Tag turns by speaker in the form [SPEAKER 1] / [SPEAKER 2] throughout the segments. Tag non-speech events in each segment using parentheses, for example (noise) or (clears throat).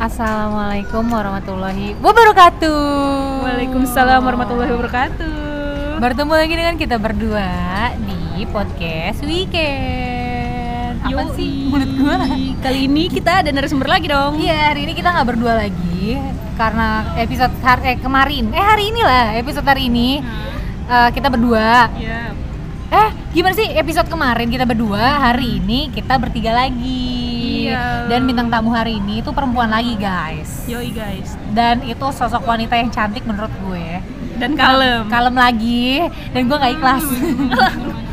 [SPEAKER 1] Assalamualaikum warahmatullahi wabarakatuh.
[SPEAKER 2] Waalaikumsalam warahmatullahi wabarakatuh.
[SPEAKER 1] Bertemu lagi dengan kita berdua di podcast weekend. Apa
[SPEAKER 2] Yoi.
[SPEAKER 1] sih mulut gua?
[SPEAKER 2] Kali ini kita ada narasumber lagi dong.
[SPEAKER 1] Iya, hari ini kita nggak berdua lagi karena episode har- eh, kemarin, eh hari inilah episode hari ini eh, kita berdua.
[SPEAKER 2] Iya.
[SPEAKER 1] Eh gimana sih episode kemarin kita berdua, hari ini kita bertiga lagi.
[SPEAKER 2] Iya.
[SPEAKER 1] Dan bintang tamu hari ini itu perempuan lagi guys.
[SPEAKER 2] Yoi guys.
[SPEAKER 1] Dan itu sosok wanita yang cantik menurut gue.
[SPEAKER 2] Dan kalem.
[SPEAKER 1] kalem lagi dan gue nggak ikhlas
[SPEAKER 2] Hmm, gitu.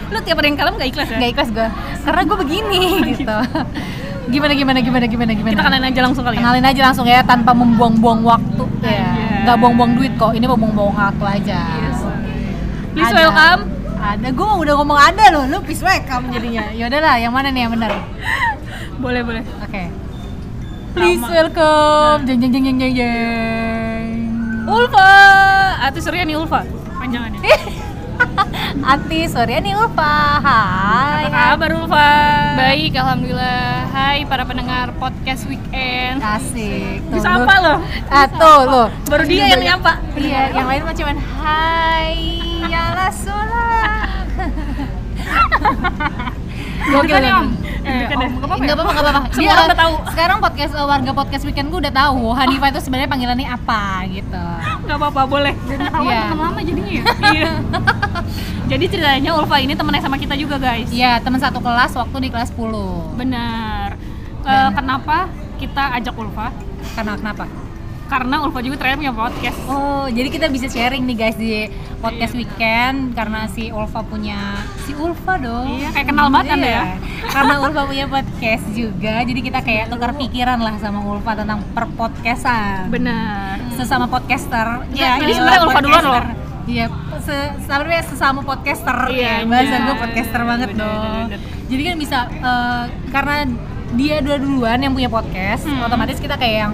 [SPEAKER 2] Lu tiap ada yang kalem gak ikhlas ya?
[SPEAKER 1] (laughs) nggak ikhlas gue karena gue
[SPEAKER 2] (laughs)
[SPEAKER 1] begini gitu gimana gimana gimana gimana gimana
[SPEAKER 2] Oh, Kita kenalin aja langsung kali ya.
[SPEAKER 1] Kenalin aja langsung ya tanpa membuang-buang waktu ya
[SPEAKER 2] Iya.
[SPEAKER 1] nggak buang-buang duit kok ini mau buang-buang waktu aja
[SPEAKER 2] Yes. Please
[SPEAKER 1] Ada-
[SPEAKER 2] welcome.
[SPEAKER 1] ada gue udah ngomong ada loh lu please welcome jadinya ya udahlah yang mana nih yang benar oke
[SPEAKER 2] Boleh, boleh.
[SPEAKER 1] please
[SPEAKER 2] Sama.
[SPEAKER 1] welcome jeng jeng jeng jeng jeng jeng
[SPEAKER 2] Ulfa. Ati Suryani Ulfa. Iya. Panjangannya.
[SPEAKER 1] Ati Suryani Ulfa hai
[SPEAKER 2] Apa kabar Ulfa?
[SPEAKER 3] Baik, alhamdulillah. Hai para pendengar podcast weekend.
[SPEAKER 1] Asik. Tuh,
[SPEAKER 2] Bisa
[SPEAKER 1] lu-
[SPEAKER 2] apa loh?
[SPEAKER 1] Ah, tuh lo.
[SPEAKER 2] Baru dia yang nyapa.
[SPEAKER 1] Iya, yang lain mah cuman hai ya
[SPEAKER 2] (laughs)
[SPEAKER 1] Rasulullah. Gokil
[SPEAKER 2] Deketan
[SPEAKER 1] kan?
[SPEAKER 2] ya, Om. Eh,
[SPEAKER 1] Enggak
[SPEAKER 2] Om, nggak apa-apa ya?
[SPEAKER 1] apa-apa, nggak apa-apa.
[SPEAKER 2] Semua
[SPEAKER 1] Dia-
[SPEAKER 2] orang udah tahu.
[SPEAKER 1] Sekarang podcast eh, warga podcast weekend gue udah
[SPEAKER 2] (laughs)
[SPEAKER 1] tahu Hanifa itu sebenarnya panggilannya apa gitu.
[SPEAKER 2] Gak apa-apa, boleh. (laughs)
[SPEAKER 3] Ketahuan
[SPEAKER 1] Iya.
[SPEAKER 3] teman lama jadinya ya.
[SPEAKER 2] Iya. Jadi ceritanya Ulfa ini temennya sama kita juga guys.
[SPEAKER 1] Iya, teman satu kelas waktu di kelas 10.
[SPEAKER 2] Benar. Eh,
[SPEAKER 1] Dan-
[SPEAKER 2] kenapa kita ajak Ulfa?
[SPEAKER 1] Karena kenapa?
[SPEAKER 2] Karena Ulfa juga ternyata punya podcast.
[SPEAKER 1] Oh, jadi kita bisa sharing nih guys di podcast
[SPEAKER 2] Iya.
[SPEAKER 1] weekend karena si Ulfa punya si Ulfa dong.
[SPEAKER 2] Iya, kayak kenal banget Anda ya.
[SPEAKER 1] Karena Ulfa punya podcast juga, jadi kita kayak tukar pikiran lah sama Ulfa tentang perpodcastan.
[SPEAKER 2] Benar.
[SPEAKER 1] Sesama podcaster.
[SPEAKER 2] Iya, jadi
[SPEAKER 1] iya,
[SPEAKER 2] sebenarnya Ulfa duluan
[SPEAKER 1] podcaster.
[SPEAKER 2] loh.
[SPEAKER 1] Iya, se- sebenarnya sesama podcaster
[SPEAKER 2] Iya,
[SPEAKER 1] ya. Bahasa
[SPEAKER 2] iya.
[SPEAKER 1] gue podcaster banget
[SPEAKER 2] Bener,
[SPEAKER 1] dong.
[SPEAKER 2] bener,
[SPEAKER 1] Jadi kan bisa eh, karena dia dua duluan yang punya podcast,
[SPEAKER 2] Hmm.
[SPEAKER 1] otomatis kita kayak yang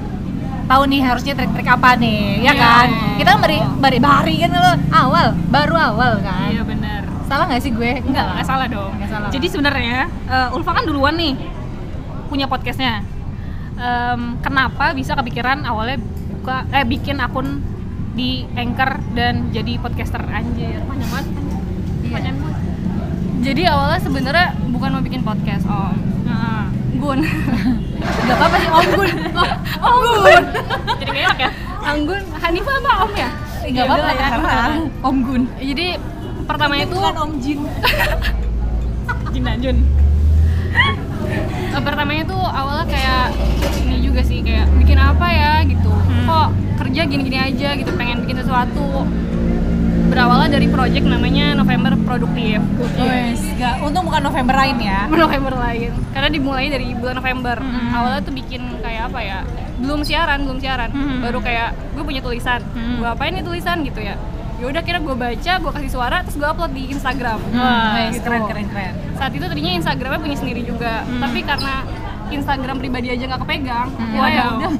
[SPEAKER 1] tahu nih harusnya trik-trik apa nih, ya
[SPEAKER 2] Iya.
[SPEAKER 1] kan? Kita beri bari bari kan lo awal, baru awal kan.
[SPEAKER 2] Iya benar.
[SPEAKER 1] Salah nggak sih gue?
[SPEAKER 2] Enggak, enggak salah dong.
[SPEAKER 1] Nggak salah.
[SPEAKER 2] Jadi sebenarnya eh, Ulfa kan duluan nih punya podcastnya. Em, kenapa bisa kepikiran awalnya buka eh bikin akun di Anchor dan jadi podcaster anjir. Panjang banget.
[SPEAKER 1] Iya.
[SPEAKER 3] Iya.
[SPEAKER 1] (laughs)
[SPEAKER 2] Panjang banget.
[SPEAKER 3] Jadi awalnya sebenarnya bukan mau bikin podcast, Om.
[SPEAKER 2] Nah,
[SPEAKER 3] Gun.
[SPEAKER 1] Gak apa-apa sih, Om
[SPEAKER 2] (laughs)
[SPEAKER 1] Gun. Om
[SPEAKER 3] (laughs)
[SPEAKER 1] Gun.
[SPEAKER 2] jadi nggak enak ya?
[SPEAKER 3] Anggun, Hanifah apa Om ya?
[SPEAKER 1] Gak apa-apa
[SPEAKER 3] Ya udah, ya.
[SPEAKER 1] kan. Om Gun.
[SPEAKER 3] Jadi pertamanya itu
[SPEAKER 1] Bukan Om Jin.
[SPEAKER 2] Jin dan
[SPEAKER 3] (laughs)
[SPEAKER 2] Jun.
[SPEAKER 3] eh, pertamanya tuh awalnya kayak ini juga sih kayak bikin apa ya gitu.
[SPEAKER 2] Hmm.
[SPEAKER 3] Kok kerja gini-gini aja gitu, pengen bikin sesuatu. Berawalnya dari project namanya November Produktif.
[SPEAKER 1] Iya. Wes, gak. Oh, Untung bukan November lain ya.
[SPEAKER 3] November lain karena dimulai dari bulan November
[SPEAKER 1] Mm-hmm.
[SPEAKER 2] Hmm.
[SPEAKER 3] awalnya tuh bikin kayak apa ya belum siaran belum siaran
[SPEAKER 1] Mm-hmm.
[SPEAKER 2] Hmm.
[SPEAKER 3] baru kayak gue punya tulisan
[SPEAKER 2] Hmm.
[SPEAKER 3] gue apain nih tulisan gitu ya ya udah kira gue baca gue kasih suara terus gue upload di Instagram
[SPEAKER 2] Wah,
[SPEAKER 1] Wes, Mm-hmm. Oh,
[SPEAKER 3] gitu.
[SPEAKER 1] keren keren Mm-hmm. keren.
[SPEAKER 3] saat itu tadinya Instagramnya punya sendiri juga
[SPEAKER 2] Hmm.
[SPEAKER 3] tapi karena Instagram pribadi aja nggak kepegang
[SPEAKER 1] Hmm.
[SPEAKER 3] ya
[SPEAKER 2] Wow.
[SPEAKER 3] udah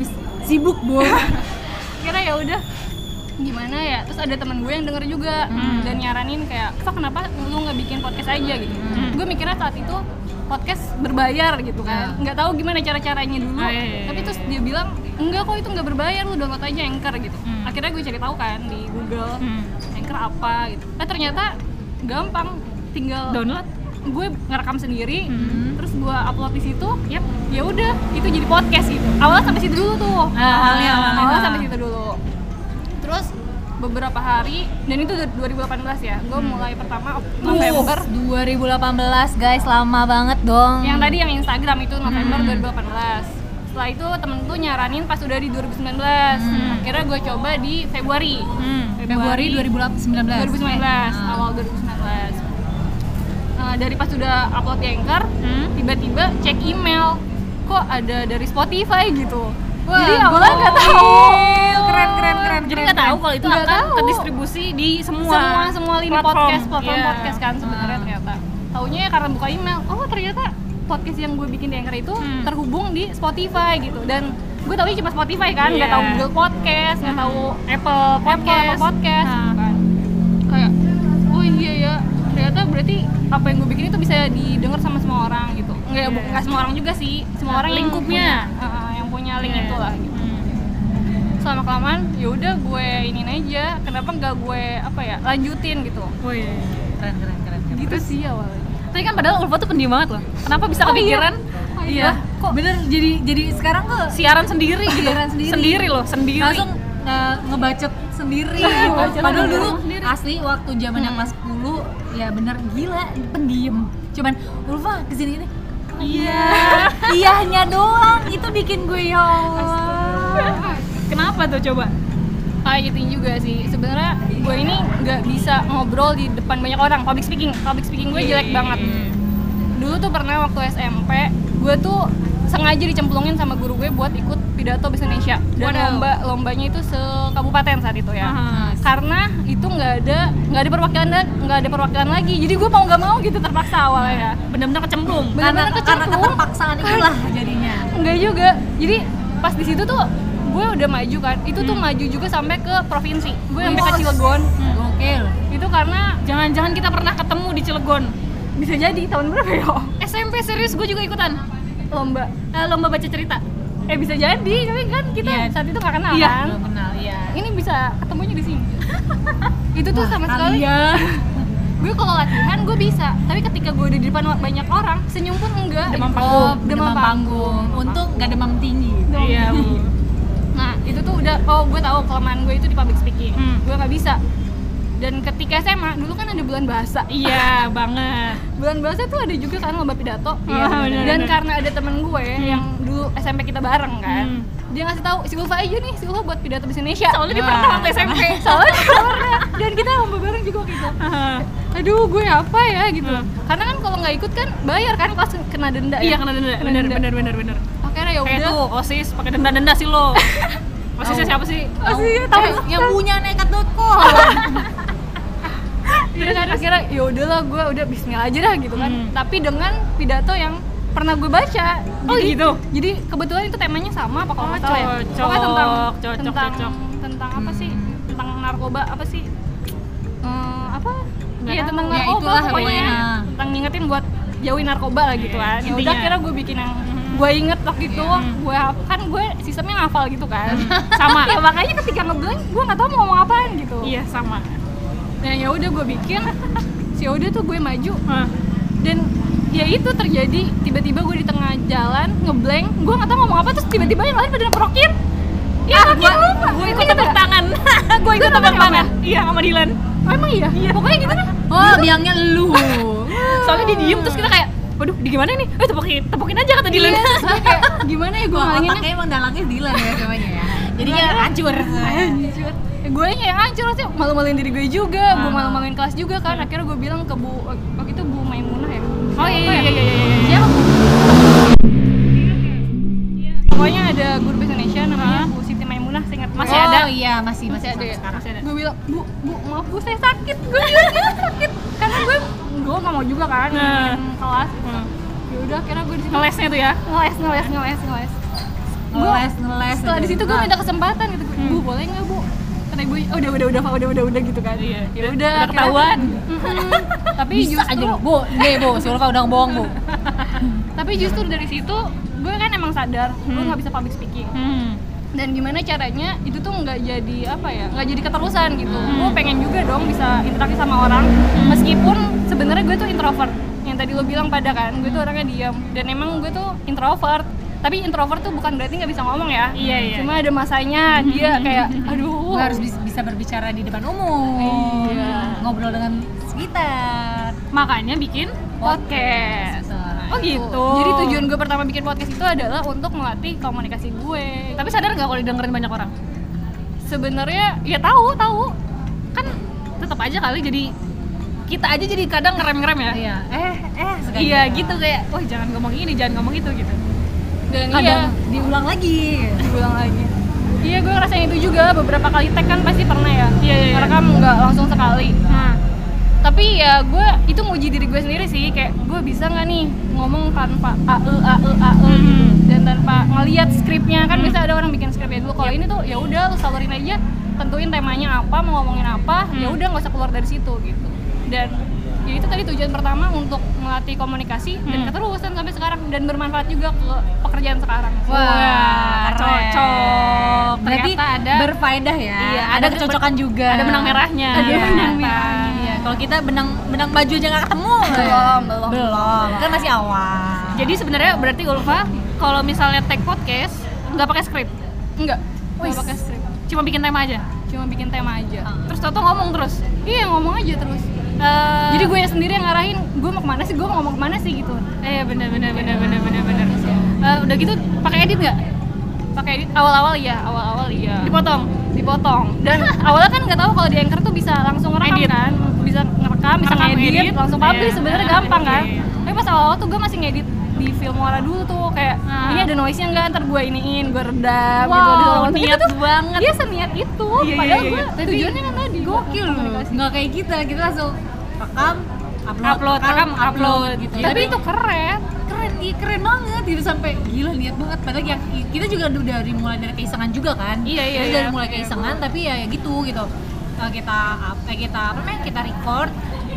[SPEAKER 1] Wes, Sibuk, Bu.
[SPEAKER 3] kira ya udah gimana ya terus ada teman gue yang denger juga
[SPEAKER 2] Hmm.
[SPEAKER 3] dan nyaranin kayak Pak kenapa lu nggak bikin podcast aja gitu
[SPEAKER 2] Hmm.
[SPEAKER 3] gue mikirnya saat itu podcast berbayar gitu kan
[SPEAKER 1] Nah.
[SPEAKER 3] nggak tahu gimana cara caranya dulu
[SPEAKER 2] Hmm. Ah, iya, iya,
[SPEAKER 3] tapi
[SPEAKER 2] iya.
[SPEAKER 3] terus dia bilang enggak kok itu nggak berbayar lu download aja anchor gitu
[SPEAKER 2] Hmm.
[SPEAKER 3] akhirnya gue cari tahu kan di Google
[SPEAKER 1] Mm-hmm.
[SPEAKER 3] anchor apa gitu eh ternyata gampang tinggal
[SPEAKER 2] Download.
[SPEAKER 3] gue ngerekam sendiri
[SPEAKER 2] Hmm.
[SPEAKER 3] terus gue upload di situ
[SPEAKER 2] Yep.
[SPEAKER 3] ya udah itu jadi podcast gitu awalnya sampai situ dulu tuh
[SPEAKER 2] Ah, awalnya, awalnya.
[SPEAKER 3] Awalnya sampai situ dulu terus beberapa hari dan itu udah 2018 ya gue
[SPEAKER 2] Hmm.
[SPEAKER 3] mulai pertama Op- November
[SPEAKER 1] (laughs) November 2018, guys. Lama banget dong.
[SPEAKER 3] yang tadi yang Instagram itu November
[SPEAKER 2] Hmm.
[SPEAKER 3] 2018 setelah itu temen tuh nyaranin pas udah di 2019
[SPEAKER 2] Hmm.
[SPEAKER 3] akhirnya gue coba di Februari
[SPEAKER 2] Hmm.
[SPEAKER 1] eh, Februari 2019.
[SPEAKER 3] 2019
[SPEAKER 1] Ah.
[SPEAKER 3] awal 2019 Eh, dari pas udah upload di Anchor
[SPEAKER 2] Hmm.
[SPEAKER 3] tiba-tiba cek email kok ada dari Spotify gitu jadi
[SPEAKER 1] Wah,
[SPEAKER 3] awalnya nggak tahu
[SPEAKER 1] gokil. Keren, keren, keren,
[SPEAKER 2] Jadi
[SPEAKER 1] keren,
[SPEAKER 2] nggak tahu
[SPEAKER 1] keren.
[SPEAKER 2] kalau itu
[SPEAKER 3] Nggak
[SPEAKER 2] akan
[SPEAKER 3] tahu.
[SPEAKER 2] terdistribusi di semua
[SPEAKER 3] semua semua lini podcast platform
[SPEAKER 2] Iya.
[SPEAKER 3] podcast kan sebenarnya
[SPEAKER 1] Hmm.
[SPEAKER 3] ternyata taunya ya karena buka email oh ternyata podcast yang gue bikin di Anchor itu
[SPEAKER 2] Hmm.
[SPEAKER 3] terhubung di Spotify gitu dan gue tahu cuma Spotify kan
[SPEAKER 2] Iya.
[SPEAKER 3] nggak
[SPEAKER 2] Hmm.
[SPEAKER 3] tahu Google Podcast nggak tahu
[SPEAKER 2] Apple
[SPEAKER 3] podcast kan.
[SPEAKER 2] Podcast.
[SPEAKER 3] podcast
[SPEAKER 2] Nah.
[SPEAKER 3] bukan. kayak oh iya ya ternyata berarti apa yang gue bikin itu bisa didengar sama semua orang gitu nggak
[SPEAKER 2] Iya.
[SPEAKER 3] bu- nggak semua orang juga sih semua orang yang
[SPEAKER 2] Lingkupnya.
[SPEAKER 3] punya, uh, uh, yang yang punya link
[SPEAKER 2] Iya.
[SPEAKER 3] itu lah gitu.
[SPEAKER 1] Mm-hmm.
[SPEAKER 3] selama kelamaan ya udah gue ini aja kenapa nggak gue apa ya lanjutin gitu
[SPEAKER 2] Wih, keren keren keren. keren.
[SPEAKER 3] gitu sih awalnya
[SPEAKER 2] Tapi kan padahal Ulfa tuh pendiam banget loh. Kenapa bisa kepikiran
[SPEAKER 1] Iya. Kok bener jadi jadi sekarang tuh
[SPEAKER 2] siaran sendiri gitu?
[SPEAKER 1] Siaran sendiri.
[SPEAKER 2] loh,
[SPEAKER 3] Iya.
[SPEAKER 2] sendiri.
[SPEAKER 1] langsung uh, ngebacet
[SPEAKER 3] (laughs)
[SPEAKER 1] sendiri.
[SPEAKER 2] Ngebacet
[SPEAKER 1] Padahal dulu
[SPEAKER 3] sendiri.
[SPEAKER 1] asli waktu zamannya
[SPEAKER 2] Hmm.
[SPEAKER 1] kelas 10 ya bener gila pendiem. Cuman Ulfa kesini ini (laughs)
[SPEAKER 2] Iya.
[SPEAKER 1] iyahnya doang itu bikin gue ya Allah.
[SPEAKER 2] Ah, Kenapa tuh coba?
[SPEAKER 3] kayak gitu juga sih sebenarnya gue ini nggak bisa ngobrol di depan banyak orang public speaking public
[SPEAKER 2] Iya,
[SPEAKER 3] speaking gue jelek banget dulu tuh pernah waktu SMP gue tuh sengaja dicemplungin sama guru gue buat ikut pidato bahasa Indonesia dan
[SPEAKER 2] Waduh.
[SPEAKER 3] lomba lombanya itu sekabupaten saat itu ya
[SPEAKER 2] Aha.
[SPEAKER 3] karena itu nggak ada nggak ada perwakilan dan nggak ada perwakilan lagi jadi gue mau nggak mau gitu terpaksa awalnya
[SPEAKER 2] Bener-bener kecemplung.
[SPEAKER 1] Karena
[SPEAKER 3] Bener-bener
[SPEAKER 1] karena
[SPEAKER 3] kecemplung.
[SPEAKER 1] keterpaksaan itulah jadinya.
[SPEAKER 3] Enggak juga. Jadi pas di situ tuh gue udah maju kan. Itu tuh
[SPEAKER 2] Hmm.
[SPEAKER 3] maju juga sampai ke provinsi. Gue sampai ke
[SPEAKER 1] Wih.
[SPEAKER 3] Cilegon.
[SPEAKER 1] Gokil.
[SPEAKER 3] Itu karena
[SPEAKER 2] Jangan-jangan kita pernah ketemu di Cilegon.
[SPEAKER 3] bisa jadi tahun berapa
[SPEAKER 1] Oh,
[SPEAKER 3] ya?
[SPEAKER 2] SMP serius gue juga ikutan
[SPEAKER 3] Lomba.
[SPEAKER 2] Eh, lomba baca cerita.
[SPEAKER 3] Eh bisa jadi, tapi kan kita
[SPEAKER 2] Iya.
[SPEAKER 3] saat itu gak kenal kan.
[SPEAKER 2] Belum kenal, iya.
[SPEAKER 3] Ini bisa ketemunya di
[SPEAKER 2] (laughs)
[SPEAKER 3] sini. itu tuh sama sekali
[SPEAKER 2] Iya.
[SPEAKER 1] Kalian.
[SPEAKER 3] gue kalau latihan gue bisa, tapi ketika gue udah di depan banyak orang, senyum pun enggak.
[SPEAKER 2] Demam
[SPEAKER 1] Oh,
[SPEAKER 2] panggung.
[SPEAKER 1] demam panggung. Untung gak demam tinggi.
[SPEAKER 2] Iya, Bu.
[SPEAKER 3] Nah, itu tuh udah oh gue tahu kelemahan gue itu di public speaking.
[SPEAKER 2] Hmm.
[SPEAKER 3] Gue nggak bisa. Dan ketika SMA, dulu kan ada bulan bahasa.
[SPEAKER 2] Iya, banget.
[SPEAKER 3] bulan bahasa tuh ada juga kan lomba pidato
[SPEAKER 2] Iya,
[SPEAKER 3] Ah,
[SPEAKER 2] bener,
[SPEAKER 3] dan
[SPEAKER 2] bener.
[SPEAKER 3] karena ada temen gue yang dulu SMP kita bareng kan
[SPEAKER 2] Hmm.
[SPEAKER 3] dia ngasih tahu si Ulfa aja nih si Ulfa buat pidato bahasa Indonesia Nah.
[SPEAKER 2] Soalnya dia pernah waktu SMP.
[SPEAKER 3] (laughs) soalnya dia pernah dan kita lomba bareng juga waktu itu aduh gue apa ya gitu
[SPEAKER 2] Hmm.
[SPEAKER 3] karena kan kalau nggak ikut kan bayar kan kelas kena denda
[SPEAKER 2] Iya,
[SPEAKER 3] ya
[SPEAKER 2] kena denda. Bener, bener, bener, bener.
[SPEAKER 3] akhirnya ya
[SPEAKER 2] Kayak
[SPEAKER 3] udah
[SPEAKER 2] tuh, OSIS pakai denda-denda sih lo. (laughs) OSISnya siapa sih?
[SPEAKER 3] Asli,
[SPEAKER 1] Eh,
[SPEAKER 3] iya, tahu
[SPEAKER 1] yang punya nekat.co.
[SPEAKER 3] (laughs)
[SPEAKER 2] Oh,
[SPEAKER 3] Iya kan akhirnya ya udahlah gue udah Bismillah aja dah gitu kan.
[SPEAKER 2] Hmm.
[SPEAKER 3] Tapi dengan pidato yang pernah gue baca.
[SPEAKER 2] Oh,
[SPEAKER 3] Jadi-
[SPEAKER 2] (laughs) gitu?
[SPEAKER 3] Jadi kebetulan itu temanya sama apa kalau
[SPEAKER 2] Oh,
[SPEAKER 3] nggak salah ya?
[SPEAKER 2] cocok,
[SPEAKER 3] Pokoknya tentang
[SPEAKER 2] cocok,
[SPEAKER 3] tentang
[SPEAKER 2] cocok. Hmm.
[SPEAKER 3] tentang apa sih? Tentang narkoba apa sih? Eh, apa?
[SPEAKER 2] Nggak
[SPEAKER 3] Iya
[SPEAKER 2] tahu.
[SPEAKER 3] tentang
[SPEAKER 1] Ya,
[SPEAKER 3] narkoba
[SPEAKER 1] itulah
[SPEAKER 3] pokoknya.
[SPEAKER 1] pokoknya.
[SPEAKER 3] Tentang ngingetin buat jauhin narkoba lah gitu
[SPEAKER 2] Iya,
[SPEAKER 3] kan. Ya udah
[SPEAKER 2] intinya.
[SPEAKER 3] akhirnya gue bikin yang gue inget waktu itu
[SPEAKER 2] Hmm.
[SPEAKER 3] gue haf- kan gue sistemnya ngafal gitu kan.
[SPEAKER 2] Sama.
[SPEAKER 3] (laughs) ya makanya ketika ngeblank gue nggak tahu mau ngomong apaan gitu.
[SPEAKER 2] Iya, sama.
[SPEAKER 3] Nah ya udah gue bikin, si udah tuh gue maju
[SPEAKER 2] Hah.
[SPEAKER 3] dan ya itu terjadi tiba-tiba gue di tengah jalan ngeblank, gue nggak tahu ngomong apa terus tiba-tiba yang lain pada ngeprokin. Ya makin lupa.
[SPEAKER 2] Gue
[SPEAKER 3] Iya, Lu
[SPEAKER 2] Ah, ikut
[SPEAKER 3] ingat
[SPEAKER 2] tepuk
[SPEAKER 3] nggak?
[SPEAKER 2] tangan. (laughs) Gue ikut
[SPEAKER 3] Lu
[SPEAKER 2] tepuk
[SPEAKER 3] tangan
[SPEAKER 2] tangan. Iya, sama Dilan.
[SPEAKER 3] Oh, emang iya? Pokoknya gitu deh.
[SPEAKER 1] Oh, biangnya lu.
[SPEAKER 2] Soalnya dia diem terus kita kayak, waduh, di gimana nih? Eh, tepukin, tepukin aja kata Dilan.
[SPEAKER 3] Iya, terus gue kayak gimana ya gue
[SPEAKER 1] Wah,
[SPEAKER 3] ngalanginnya?
[SPEAKER 1] otaknya emang dalangnya Dilan ya semuanya ya. Jadinya hancur.
[SPEAKER 3] Hancur. Gue nya Ya, yang hancur sih malu-maluin diri gue juga,
[SPEAKER 2] Ah.
[SPEAKER 3] gue
[SPEAKER 2] Hmm.
[SPEAKER 3] malu-maluin kelas juga kan. Akhirnya gue bilang ke Bu waktu itu Bu Maimunah ya.
[SPEAKER 2] (laughs) Oh iya, iya, iya, iya, iya.
[SPEAKER 3] Siapa Bu? Pokoknya ada guru bahasa Indonesia namanya
[SPEAKER 2] Ah.
[SPEAKER 3] Bu Siti Maimunah, seingat
[SPEAKER 2] Masih ada?
[SPEAKER 1] Oh iya, masih masih,
[SPEAKER 3] ada
[SPEAKER 1] sampai
[SPEAKER 3] ya?
[SPEAKER 1] sekarang.
[SPEAKER 2] Masih ada.
[SPEAKER 3] gue bilang bu bu maaf bu saya sakit gue bilang "Saya sakit karena gue gue nggak mau juga kan
[SPEAKER 2] Nah.
[SPEAKER 3] main kelas
[SPEAKER 2] Hmm.
[SPEAKER 3] ya udah akhirnya gue di sini
[SPEAKER 2] Ngelesnya tuh ya.
[SPEAKER 3] ngeles ngeles ngeles ngeles Gua-
[SPEAKER 1] Ngeles, ngeles.
[SPEAKER 3] setelah di situ gue
[SPEAKER 1] Nah,
[SPEAKER 3] minta kesempatan gitu
[SPEAKER 2] Hmm.
[SPEAKER 3] bu boleh nggak bu kata gue "Oh, udah udah udah Pak, udah udah udah gitu kan
[SPEAKER 2] Iya.
[SPEAKER 3] ya udah
[SPEAKER 2] Udah
[SPEAKER 3] akhirnya-
[SPEAKER 2] ketahuan.
[SPEAKER 3] Mm-mm. tapi
[SPEAKER 1] bisa aja
[SPEAKER 3] justru
[SPEAKER 1] lu. Bu, deh Bu, si Ulfa udah bohong, Bu.
[SPEAKER 3] tapi justru dari situ gue kan emang sadar gue
[SPEAKER 2] Hmm.
[SPEAKER 3] nggak bisa public speaking
[SPEAKER 2] Hmm.
[SPEAKER 3] dan gimana caranya itu tuh nggak jadi apa ya nggak jadi keterusan gitu
[SPEAKER 2] Hmm.
[SPEAKER 3] gue pengen juga dong bisa interaksi sama orang meskipun sebenarnya gue tuh introvert yang tadi lo bilang pada kan gue tuh orangnya diam dan emang gue tuh introvert tapi introvert tuh bukan berarti nggak bisa ngomong ya
[SPEAKER 2] Iya, iya.
[SPEAKER 3] cuma ada masanya dia
[SPEAKER 2] (laughs)
[SPEAKER 3] kayak aduh oh gitu."
[SPEAKER 1] Gua harus bis- bisa berbicara di depan umum.
[SPEAKER 3] Iya.
[SPEAKER 1] Ngobrol dengan sekitar.
[SPEAKER 2] Makanya bikin podcast. Oh gitu.
[SPEAKER 3] jadi tujuan gue pertama bikin podcast itu adalah untuk melatih komunikasi gue
[SPEAKER 2] Tapi sadar nggak kalau didengerin banyak orang?
[SPEAKER 3] sebenarnya ya tahu tahu
[SPEAKER 2] Kan tetap aja kali jadi kita aja jadi kadang ngerem-ngerem ya.
[SPEAKER 1] Iya. Eh, eh sekali.
[SPEAKER 2] Iya gitu kayak, wah jangan ngomong ini, jangan ngomong itu gitu.
[SPEAKER 3] dan iya
[SPEAKER 1] Kadang diulang lagi.
[SPEAKER 3] diulang lagi iya gue ngerasain itu juga beberapa kali tag kan pasti pernah ya
[SPEAKER 2] Iya, iya, Nah. iya.
[SPEAKER 3] merekam nggak langsung sekali tapi ya gue itu nguji diri gue sendiri sih kayak gue bisa nggak nih ngomong tanpa ae ae ae gitu.
[SPEAKER 2] Hmm.
[SPEAKER 3] dan tanpa ngelihat skripnya kan
[SPEAKER 2] Hmm. Iya.
[SPEAKER 3] bisa ada orang bikin skripnya dulu kalau ini tuh ya udah lu salurin aja tentuin temanya apa mau ngomongin apa
[SPEAKER 2] Hmm.
[SPEAKER 3] ya udah nggak usah keluar dari situ gitu dan ya itu tadi tujuan pertama untuk melatih komunikasi dan
[SPEAKER 2] Hmm.
[SPEAKER 3] keterusan sampai sekarang dan bermanfaat juga ke pekerjaan sekarang
[SPEAKER 1] Wah, keren.
[SPEAKER 2] cocok.
[SPEAKER 1] Berarti
[SPEAKER 2] Ternyata ada
[SPEAKER 1] berfaedah ya.
[SPEAKER 2] Iya,
[SPEAKER 1] ada,
[SPEAKER 2] ada
[SPEAKER 1] kecocokan juga.
[SPEAKER 2] Ah. ada benang merahnya.
[SPEAKER 1] Ada benang
[SPEAKER 2] ternyata.
[SPEAKER 1] merahnya. Iya, kalau kita benang benang baju aja nggak ketemu.
[SPEAKER 3] Belum, belum.
[SPEAKER 1] Belum. Kan masih awal.
[SPEAKER 2] Jadi sebenarnya berarti Ulfa kalau misalnya take podcast nggak pakai skrip,
[SPEAKER 3] enggak
[SPEAKER 1] Wih.
[SPEAKER 3] nggak pakai script
[SPEAKER 2] cuma bikin tema aja.
[SPEAKER 3] cuma bikin tema aja
[SPEAKER 2] Terus Toto Ah. ngomong terus.
[SPEAKER 3] iya ngomong aja terus
[SPEAKER 2] Eh,
[SPEAKER 3] jadi gue sendiri yang ngarahin gue mau kemana sih gue mau ngomong kemana sih gitu
[SPEAKER 2] Eh bener bener bener bener bener bener. Eh, udah gitu pakai edit nggak?
[SPEAKER 3] pakai edit awal-awal ya awal-awal iya
[SPEAKER 2] Dipotong.
[SPEAKER 3] dipotong
[SPEAKER 2] (laughs)
[SPEAKER 3] dan awalnya kan nggak tahu kalau di anchor tuh bisa langsung ngerekam
[SPEAKER 2] Edit.
[SPEAKER 3] kan bisa ngerekam bisa
[SPEAKER 2] Ngerekam,
[SPEAKER 3] ngedit
[SPEAKER 2] edit.
[SPEAKER 3] langsung publish
[SPEAKER 2] Iya.
[SPEAKER 3] sebenarnya
[SPEAKER 2] Ah,
[SPEAKER 3] gampang kan
[SPEAKER 2] iya, iya.
[SPEAKER 3] tapi pas awal tuh gue masih ngedit di Filmora dulu tuh kayak
[SPEAKER 2] Ah.
[SPEAKER 3] ini ada noise nya nggak ntar gue iniin gue redam gitu ada
[SPEAKER 2] Wow,
[SPEAKER 3] orang-
[SPEAKER 2] niat banget.
[SPEAKER 3] dia seniat itu
[SPEAKER 2] Iya, iya,
[SPEAKER 3] padahal
[SPEAKER 2] iya,
[SPEAKER 3] gue
[SPEAKER 2] iya.
[SPEAKER 1] Tapi
[SPEAKER 3] tujuannya kan tadi
[SPEAKER 1] Gokil loh.
[SPEAKER 3] komunikasi.
[SPEAKER 1] Nggak kayak kita, kita langsung rekam, upload,
[SPEAKER 2] Upload, rekam, upload.
[SPEAKER 1] gitu.
[SPEAKER 2] Iya,
[SPEAKER 1] Tapi
[SPEAKER 3] tapi itu keren
[SPEAKER 1] keren, iya, keren banget gitu sampai gila niat banget. Padahal yang kita juga udah dari mulai dari keisengan juga kan.
[SPEAKER 2] Iya, iya,
[SPEAKER 1] Kita
[SPEAKER 2] iya.
[SPEAKER 1] Dari mulai keisengan, tapi ya, ya gitu gitu. Eh, kita up- eh, kita apa namanya? Kita record,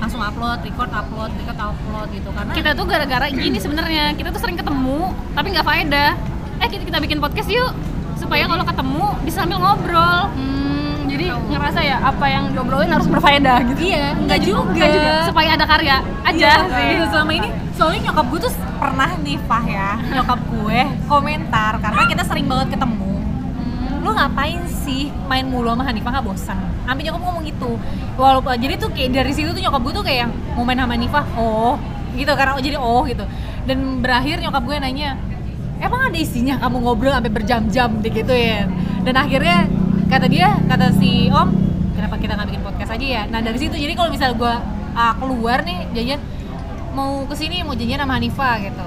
[SPEAKER 1] langsung upload, record, upload, record, upload gitu karena
[SPEAKER 2] Kita tuh gara-gara gini sebenarnya. Kita tuh sering ketemu tapi nggak faedah. Eh kita, kita bikin podcast yuk supaya kalau ketemu bisa sambil ngobrol. Gitu.
[SPEAKER 3] hmm, jadi ngerasa ya apa yang diobrolin harus berfaedah gitu
[SPEAKER 1] iya, nggak juga.
[SPEAKER 2] Kan juga supaya ada karya aja
[SPEAKER 1] Iya
[SPEAKER 2] sih.
[SPEAKER 1] sih. Selama ini soalnya nyokap gue tuh pernah nih Fah ya, nyokap gue komentar karena kita sering banget ketemu. Lu ngapain sih main mulu sama Hanifah nggak bosan? Sampai nyokap ngomong gitu. Walaupun jadi tuh kayak dari situ tuh nyokap gue tuh kayak yang mau main sama Hanifah, oh gitu karena oh, jadi oh gitu. Dan berakhir nyokap gue nanya, emang ada isinya kamu ngobrol sampai berjam-jam digituin. Dan akhirnya kata dia, kata si Om, kenapa kita nggak bikin podcast aja ya? Nah dari situ jadi kalau misalnya gue ah, keluar nih jajan mau kesini mau janjian sama Hanifa gitu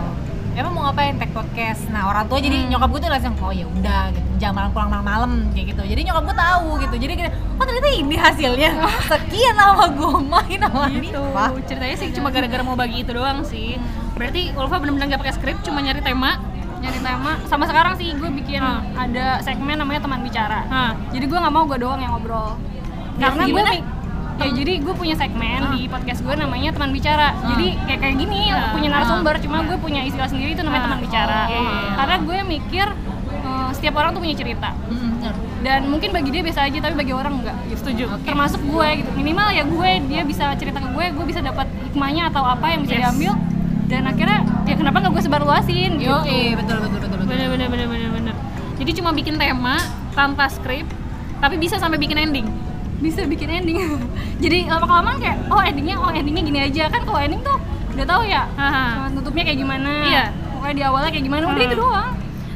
[SPEAKER 1] emang mau ngapain tag podcast nah orang tua
[SPEAKER 2] Hmm.
[SPEAKER 1] jadi nyokap gue tuh langsung oh ya udah gitu jangan malam pulang malam malam kayak gitu jadi nyokap gue tahu gitu jadi kayak oh ternyata ini
[SPEAKER 2] (laughs)
[SPEAKER 1] hasilnya sekian lama gue main sama
[SPEAKER 2] gitu
[SPEAKER 1] Hanifa
[SPEAKER 2] ceritanya sih cuma gara-gara mau bagi itu doang sih berarti Ulfa benar-benar nggak pakai skrip cuma nyari tema
[SPEAKER 3] nyari tema sama sekarang sih gue bikin
[SPEAKER 2] Ah.
[SPEAKER 3] ada segmen namanya teman bicara
[SPEAKER 2] Hah.
[SPEAKER 3] jadi gue nggak mau gue doang yang ngobrol karena gue
[SPEAKER 1] gimana?
[SPEAKER 3] mi- ya jadi gue punya segmen
[SPEAKER 2] Ah.
[SPEAKER 3] di podcast gue namanya teman bicara jadi kayak kayak gini
[SPEAKER 2] Ah.
[SPEAKER 3] punya narasumber cuma gue punya istilah sendiri itu namanya
[SPEAKER 2] Ah.
[SPEAKER 3] teman bicara
[SPEAKER 2] Oh, iya, iya.
[SPEAKER 3] karena gue mikir eh, setiap orang tuh punya cerita
[SPEAKER 1] Mm, bener.
[SPEAKER 3] dan mungkin bagi dia biasa aja tapi bagi orang enggak
[SPEAKER 2] Iya, setuju
[SPEAKER 3] termasuk gue gitu minimal ya gue dia bisa cerita ke gue gue bisa dapat hikmahnya atau apa yang bisa
[SPEAKER 2] Yes.
[SPEAKER 3] diambil dan akhirnya ya kenapa nggak gue sebar luasin gitu
[SPEAKER 1] yo eh betul betul betul betul
[SPEAKER 2] bener bener bener bener bener jadi cuma bikin tema tanpa skrip tapi bisa sampai bikin ending
[SPEAKER 3] bisa bikin ending (laughs) jadi lama kelamaan kayak oh endingnya oh endingnya gini aja kan kalau ending tuh udah tahu ya
[SPEAKER 2] Haha.
[SPEAKER 3] uh, nutupnya kayak gimana
[SPEAKER 2] Iya.
[SPEAKER 3] pokoknya di awalnya kayak gimana udah
[SPEAKER 2] Hmm.
[SPEAKER 3] itu doang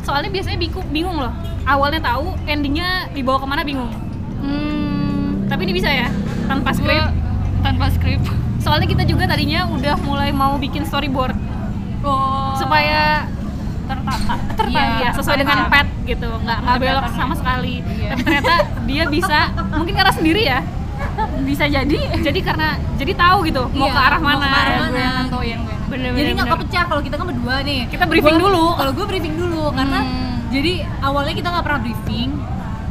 [SPEAKER 2] soalnya biasanya biku- bingung loh awalnya tahu endingnya dibawa kemana bingung
[SPEAKER 3] hmm,
[SPEAKER 2] tapi ini bisa ya tanpa
[SPEAKER 3] gue
[SPEAKER 2] skrip
[SPEAKER 3] tanpa skrip
[SPEAKER 2] soalnya kita juga tadinya udah mulai mau bikin storyboard
[SPEAKER 3] oh
[SPEAKER 2] supaya
[SPEAKER 3] tertata
[SPEAKER 2] tertanya
[SPEAKER 1] Iya,
[SPEAKER 2] sesuai
[SPEAKER 1] tertata.
[SPEAKER 2] dengan pet gitu nggak nggak belok sama sekali
[SPEAKER 3] Iya.
[SPEAKER 2] tapi ternyata dia bisa mungkin karena sendiri ya
[SPEAKER 3] bisa jadi
[SPEAKER 2] jadi karena jadi tahu gitu mau
[SPEAKER 1] Iya,
[SPEAKER 2] ke arah
[SPEAKER 1] mau
[SPEAKER 2] mana
[SPEAKER 1] ke arah mana.
[SPEAKER 3] gue yang nentuin gue yang-
[SPEAKER 2] bener,
[SPEAKER 1] jadi nggak
[SPEAKER 2] bener.
[SPEAKER 1] kepecah kalau kita kan berdua nih
[SPEAKER 2] Kita briefing
[SPEAKER 1] Gua-
[SPEAKER 2] dulu.
[SPEAKER 1] kalau gue briefing dulu karena
[SPEAKER 3] Hmm.
[SPEAKER 1] jadi awalnya kita nggak pernah briefing